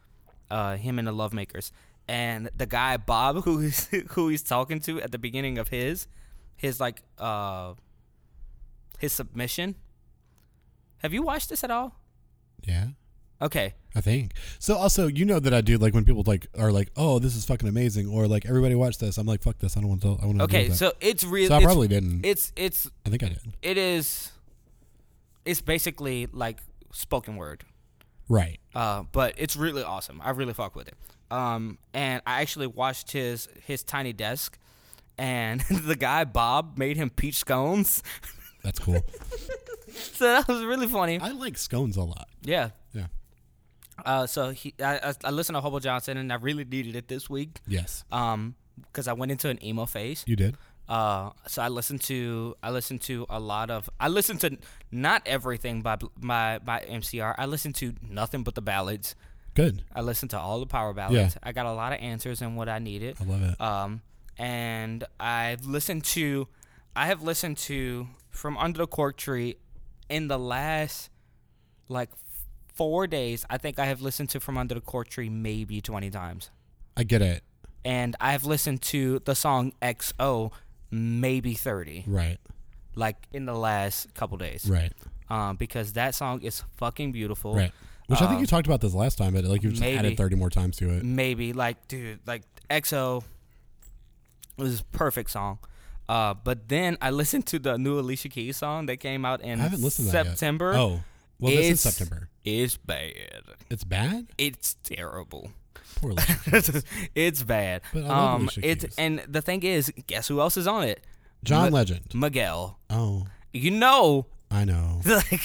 [SPEAKER 1] uh, him and the Lovemakers, and the guy Bob [laughs] who he's, who he's talking to at the beginning of his his like uh, his submission. Have you watched this at all?
[SPEAKER 2] Yeah.
[SPEAKER 1] Okay,
[SPEAKER 2] I think. So also, you know that I do like when people like are like, "Oh, this is fucking amazing," or like, "Everybody watch this." I'm like, "Fuck this! I don't want to." I want to.
[SPEAKER 1] okay, so it's really
[SPEAKER 2] so I
[SPEAKER 1] it's,
[SPEAKER 2] probably didn't.
[SPEAKER 1] it's it's
[SPEAKER 2] I think I did.
[SPEAKER 1] it is it's basically like spoken word.
[SPEAKER 2] Right.
[SPEAKER 1] Uh, but it's really awesome. I really fuck with it. Um, and I actually watched his his tiny desk, and [laughs] the guy Bob made him peach scones, [laughs]
[SPEAKER 2] That's cool. [laughs]
[SPEAKER 1] so that was really funny.
[SPEAKER 2] I like scones a lot.
[SPEAKER 1] Yeah.
[SPEAKER 2] Yeah.
[SPEAKER 1] Uh, so he, I, I- I listened to Hobo Johnson, and I really needed it this week.
[SPEAKER 2] Yes.
[SPEAKER 1] Um, because I went into an emo phase.
[SPEAKER 2] You did.
[SPEAKER 1] Uh, so I listened to I listened to a lot of I listened to not everything by by by MCR. I listened to nothing but the ballads.
[SPEAKER 2] Good.
[SPEAKER 1] I listened to all the power ballads. I got a lot of answers and what I needed.
[SPEAKER 2] I love it.
[SPEAKER 1] Um, and I've listened to, I have listened to from Under the Cork Tree in the last like f- four days. I think I have listened to From Under the Cork Tree maybe 20 times.
[SPEAKER 2] I get it.
[SPEAKER 1] And I have listened to the song XO maybe 30,
[SPEAKER 2] Right.
[SPEAKER 1] like in the last couple days.
[SPEAKER 2] Right.
[SPEAKER 1] Um, because that song is fucking beautiful.
[SPEAKER 2] Right. Which I think
[SPEAKER 1] Um,
[SPEAKER 2] you talked about this last time, but like you just
[SPEAKER 1] maybe.
[SPEAKER 2] added 30 more times to it.
[SPEAKER 1] maybe like dude like exo was a perfect song uh but then i [laughs] listened to the new alicia keys song that came out in
[SPEAKER 2] I haven't listened to that yet.
[SPEAKER 1] september
[SPEAKER 2] Oh. Well, this is
[SPEAKER 1] It's-
[SPEAKER 2] September.
[SPEAKER 1] it's bad
[SPEAKER 2] It's bad.
[SPEAKER 1] it's terrible [laughs]
[SPEAKER 2] Poor Alicia.
[SPEAKER 1] it's bad
[SPEAKER 2] But I love
[SPEAKER 1] um
[SPEAKER 2] Alicia
[SPEAKER 1] it's
[SPEAKER 2] Keys.
[SPEAKER 1] and the thing is guess who else is on it
[SPEAKER 2] John
[SPEAKER 1] Ma-
[SPEAKER 2] Legend.
[SPEAKER 1] miguel
[SPEAKER 2] Oh,
[SPEAKER 1] you know [laughs]
[SPEAKER 2] I know.
[SPEAKER 1] like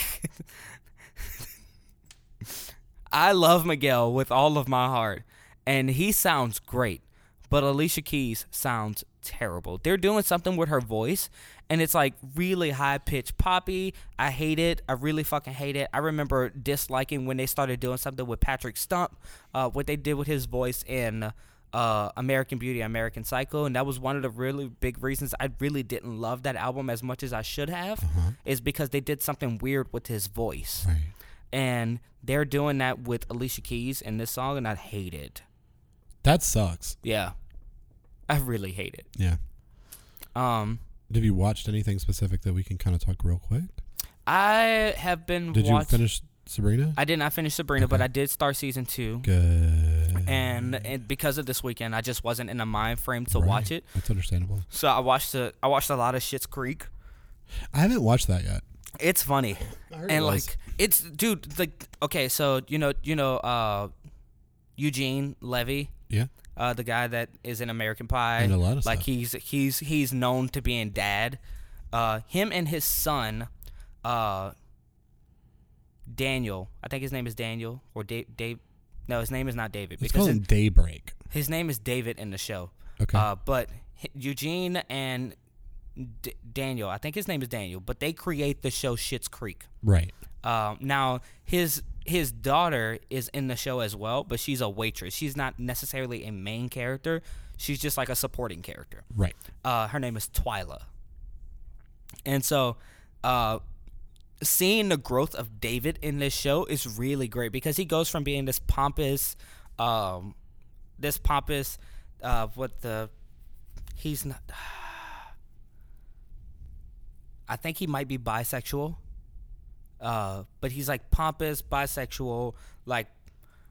[SPEAKER 1] I love Miguel with all of my heart, and he sounds great, but Alicia Keys sounds terrible. They're doing something with her voice, and it's like really high pitched poppy. I hate it. I really fucking hate it. I remember disliking when they started doing something with Patrick Stump, uh, what they did with his voice in uh, American Beauty, American Psycho, and that was one of the really big reasons I really didn't love that album as much as I should have, is because they did something weird with his voice,
[SPEAKER 2] Right.
[SPEAKER 1] and they're doing that with Alicia Keys in this song, and I hate it.
[SPEAKER 2] That sucks.
[SPEAKER 1] Yeah, I really hate it.
[SPEAKER 2] Yeah.
[SPEAKER 1] Um,
[SPEAKER 2] Have you watched anything specific that we can kind of talk real quick?
[SPEAKER 1] I have been
[SPEAKER 2] Did
[SPEAKER 1] watch-
[SPEAKER 2] you finish Sabrina?
[SPEAKER 1] I did not finish Sabrina, but I did start season two.
[SPEAKER 2] Good.
[SPEAKER 1] And, and because of this weekend, I just wasn't in a mind frame to
[SPEAKER 2] Right.
[SPEAKER 1] watch it.
[SPEAKER 2] That's understandable.
[SPEAKER 1] So I watched a, I watched a lot of Shit's Creek.
[SPEAKER 2] I haven't watched that yet.
[SPEAKER 1] It's funny.
[SPEAKER 2] I heard it
[SPEAKER 1] and
[SPEAKER 2] was.
[SPEAKER 1] like it's dude like okay so you know you know uh eugene levy
[SPEAKER 2] yeah,
[SPEAKER 1] uh the guy that is in american pie
[SPEAKER 2] And a lot of
[SPEAKER 1] like
[SPEAKER 2] stuff.
[SPEAKER 1] he's he's he's known to being dad uh him and his son uh daniel i think his name is daniel or dave dave no his name is not david
[SPEAKER 2] it's
[SPEAKER 1] because
[SPEAKER 2] called
[SPEAKER 1] his,
[SPEAKER 2] Daybreak.
[SPEAKER 1] his name is david in the show
[SPEAKER 2] Okay.
[SPEAKER 1] uh but H- eugene and D- Daniel, I think his name is Daniel, but they create the show Shit's Creek.
[SPEAKER 2] Right.
[SPEAKER 1] Um, now his his daughter is in the show as well, but she's a waitress. She's not necessarily a main character. She's just like a supporting character.
[SPEAKER 2] Right.
[SPEAKER 1] Uh, her name is Twyla. And so, uh, seeing the growth of David in this show is really great because he goes from being this pompous, um, this pompous, uh, what the, he's not. [sighs] I think he might be bisexual. Uh, but he's like pompous, bisexual, like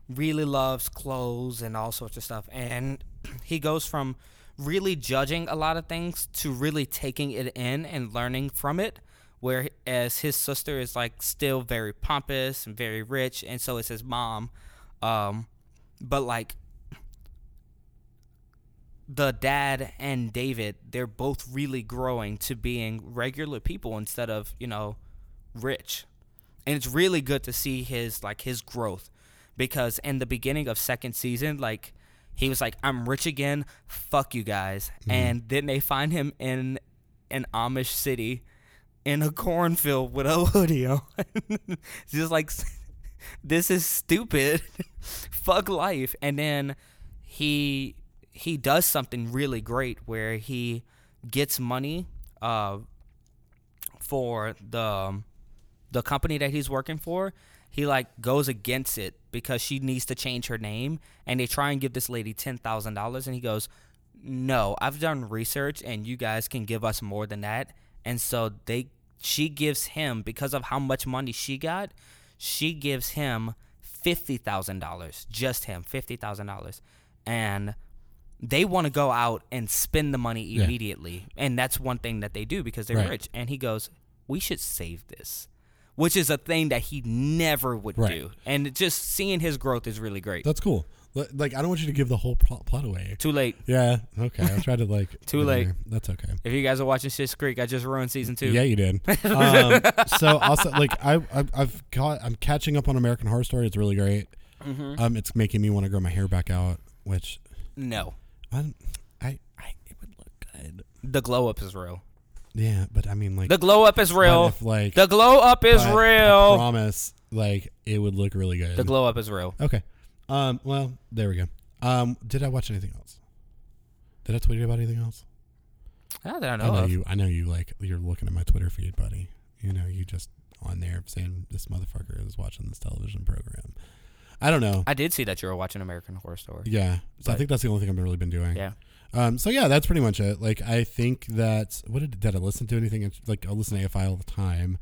[SPEAKER 1] really loves clothes and all sorts of stuff. And [clears throat] he goes from really judging a lot of things to really taking it in and learning from it. Whereas his sister is like still very pompous and very rich, and so is his mom. Um, but like the dad and David, they're both really growing to being regular people instead of, you know, rich. And it's really good to see his like his growth because in the beginning of second season, like he was like, I'm rich again, fuck you guys. And then they find him in an Amish city in a cornfield with a hoodie on. [laughs] Just like this is stupid. [laughs] fuck life. And then he he does something really great where he gets money uh, for the um, the company that he's working for. He like goes against it because she needs to change her name, and they try and give this lady ten thousand dollars, and he goes, "No, I've done research, and you guys can give us more than that." And so they she gives him because of how much money she got, she gives him fifty thousand dollars, just him fifty thousand dollars, and they want to go out and spend the money
[SPEAKER 2] Yeah.
[SPEAKER 1] immediately. And that's one thing that they do because they're
[SPEAKER 2] Right.
[SPEAKER 1] rich. And he goes, We should save this, which is a thing that he never would
[SPEAKER 2] Right.
[SPEAKER 1] do. And it- just seeing his growth is really great.
[SPEAKER 2] That's cool. L- Like, I don't want you to give the whole pro- plot away.
[SPEAKER 1] Too late.
[SPEAKER 2] Yeah. Okay. I tried to like.
[SPEAKER 1] [laughs] Too late.
[SPEAKER 2] [laughs] That's okay.
[SPEAKER 1] If you guys are watching Shit's Creek, I just ruined season two.
[SPEAKER 2] Yeah,
[SPEAKER 1] [laughs]
[SPEAKER 2] you did. um, so also, like, I, I I've caught I'm catching up on American Horror Story. It's really great.
[SPEAKER 1] Mm-hmm.
[SPEAKER 2] Um, it's making me want to grow my hair back out, which
[SPEAKER 1] No.
[SPEAKER 2] I I, I it would look good.
[SPEAKER 1] The glow up is real.
[SPEAKER 2] Yeah, but I mean, like,
[SPEAKER 1] The glow up is
[SPEAKER 2] but
[SPEAKER 1] real.
[SPEAKER 2] if, like
[SPEAKER 1] the glow up is
[SPEAKER 2] but I
[SPEAKER 1] real.
[SPEAKER 2] promise, like, it would look really good.
[SPEAKER 1] The glow up is real.
[SPEAKER 2] okay. Um. Well, there we go. Um. Did I watch anything else? Did I tweet about anything else?
[SPEAKER 1] Not that I know,
[SPEAKER 2] I know
[SPEAKER 1] of.
[SPEAKER 2] you. I know you. Like you're looking at my Twitter feed, buddy. You know you just on there saying this motherfucker is watching this television program. I don't know.
[SPEAKER 1] I did see that you were watching American Horror Story.
[SPEAKER 2] yeah. So I
[SPEAKER 1] But-
[SPEAKER 2] think that's the only thing I've really been doing.
[SPEAKER 1] Yeah.
[SPEAKER 2] Um. So yeah, that's pretty much it. Like I think that what did did I listen to anything? Like I listen to AFI all the time.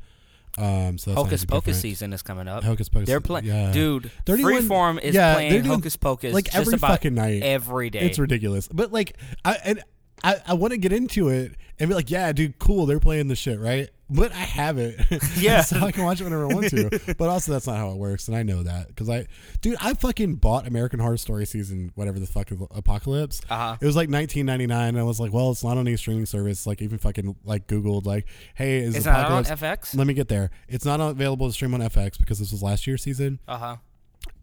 [SPEAKER 2] Um. So that's
[SPEAKER 1] Hocus Pocus
[SPEAKER 2] not different.
[SPEAKER 1] season is coming up.
[SPEAKER 2] Hocus Pocus.
[SPEAKER 1] They're playing,
[SPEAKER 2] yeah.
[SPEAKER 1] dude.
[SPEAKER 2] 31
[SPEAKER 1] Freeform is
[SPEAKER 2] yeah, they're
[SPEAKER 1] playing
[SPEAKER 2] doing-
[SPEAKER 1] Hocus Pocus
[SPEAKER 2] like
[SPEAKER 1] just
[SPEAKER 2] every
[SPEAKER 1] about
[SPEAKER 2] fucking night.
[SPEAKER 1] every day.
[SPEAKER 2] It's ridiculous. But like I and I, I want to get into it and be like, yeah, dude, cool, they're playing the shit, right? But I have it. [laughs]
[SPEAKER 1] Yeah.
[SPEAKER 2] so I can watch it whenever I want
[SPEAKER 1] [laughs]
[SPEAKER 2] to. But also that's not how it works, and I know that. Because I dude, I fucking bought American Horror Story season, whatever the fuck apocalypse.
[SPEAKER 1] Uh-huh.
[SPEAKER 2] It was like nineteen ninety nine, and I was like, Well, it's not on any streaming service. Like even fucking like Googled like, hey, is
[SPEAKER 1] it's not on
[SPEAKER 2] apocalypse
[SPEAKER 1] FX.
[SPEAKER 2] let me get there. It's not available to stream on FX because this was last year's season
[SPEAKER 1] Uh huh.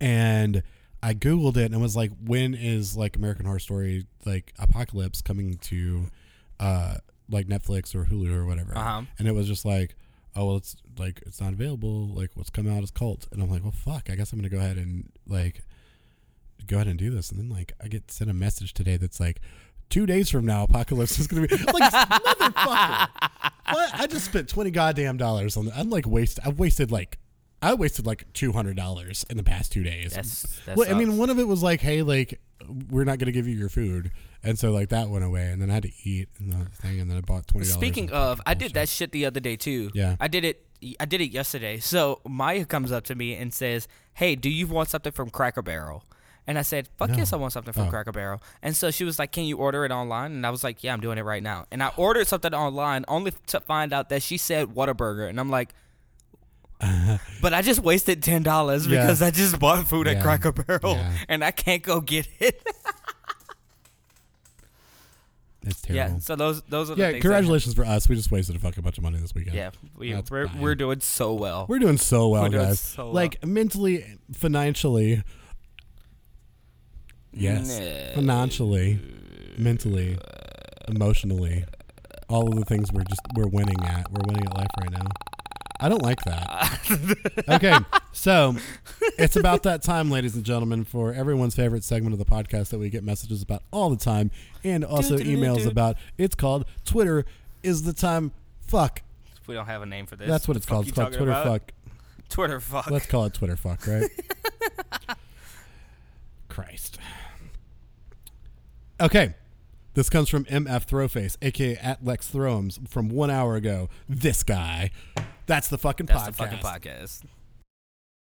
[SPEAKER 2] and I googled it and was like, when is like American Horror Story like Apocalypse coming to uh like Netflix or Hulu or whatever?
[SPEAKER 1] Uh-huh.
[SPEAKER 2] And it was just like, oh well, it's like it's not available. Like what's coming out is Cult, and I'm like, well, fuck. I guess I'm gonna go ahead and like go ahead and do this. And then like I get sent a message today that's like. Two days from now, apocalypse is gonna be I'm like motherfucker. What? I just spent twenty goddamn dollars on. The, I'm like waste. I've wasted like, I wasted like two hundred dollars in the past two days
[SPEAKER 1] That's that
[SPEAKER 2] well, I
[SPEAKER 1] sucks.
[SPEAKER 2] mean, one of it was like, hey, like, we're not going to give you your food. And so, like, that went away. And then I had to eat and the thing. And then I bought $20.
[SPEAKER 1] Speaking
[SPEAKER 2] in
[SPEAKER 1] of, I
[SPEAKER 2] bullshit.
[SPEAKER 1] did that shit the other day too.
[SPEAKER 2] Yeah.
[SPEAKER 1] I did it. I did it yesterday. So Maya comes up to me and says, "Hey, do you want something from Cracker Barrel?" And I said, "Fuck yes, I want something from
[SPEAKER 2] Oh.
[SPEAKER 1] Cracker Barrel." And so she was like, "Can you order it online?" And I was like, "Yeah, I'm doing it right now." And I ordered something online only to find out that she said Whataburger, and I'm
[SPEAKER 2] [laughs]
[SPEAKER 1] like. But I just wasted ten dollars
[SPEAKER 2] Yeah.
[SPEAKER 1] because I just bought food at
[SPEAKER 2] Yeah.
[SPEAKER 1] Cracker Barrel
[SPEAKER 2] Yeah.
[SPEAKER 1] and I can't go get it. [laughs]
[SPEAKER 2] It's
[SPEAKER 1] yeah,
[SPEAKER 2] terrible.
[SPEAKER 1] so those those are the
[SPEAKER 2] Yeah.
[SPEAKER 1] things that-
[SPEAKER 2] congratulations for us. We just wasted a fucking bunch of money this weekend.
[SPEAKER 1] yeah, we,
[SPEAKER 2] That's
[SPEAKER 1] we're
[SPEAKER 2] fine.
[SPEAKER 1] we're doing so well.
[SPEAKER 2] We're doing so well,
[SPEAKER 1] We're doing
[SPEAKER 2] guys.
[SPEAKER 1] so well.
[SPEAKER 2] like, mentally, financially. Yes.
[SPEAKER 1] Nah.
[SPEAKER 2] Financially, mentally, emotionally, all of the things we're just we're winning at. We're winning at life right now. I don't like that.
[SPEAKER 1] [laughs]
[SPEAKER 2] okay, so it's about that time, ladies and gentlemen, for everyone's favorite segment of the podcast that we get messages about all the time, and also emails about. It's called Twitter is the time. Fuck,
[SPEAKER 1] We don't have a name for this.
[SPEAKER 2] that's what it's
[SPEAKER 1] The fuck
[SPEAKER 2] called.
[SPEAKER 1] you
[SPEAKER 2] It's called
[SPEAKER 1] talking
[SPEAKER 2] Twitter.
[SPEAKER 1] about?
[SPEAKER 2] Fuck.
[SPEAKER 1] Twitter fuck.
[SPEAKER 2] Let's call it Twitter fuck, right? Christ. Okay. This comes from MF Throwface, aka at Lex Throwums, from one hour ago. This guy. That's the fucking
[SPEAKER 1] That's
[SPEAKER 2] podcast.
[SPEAKER 1] the fucking podcast.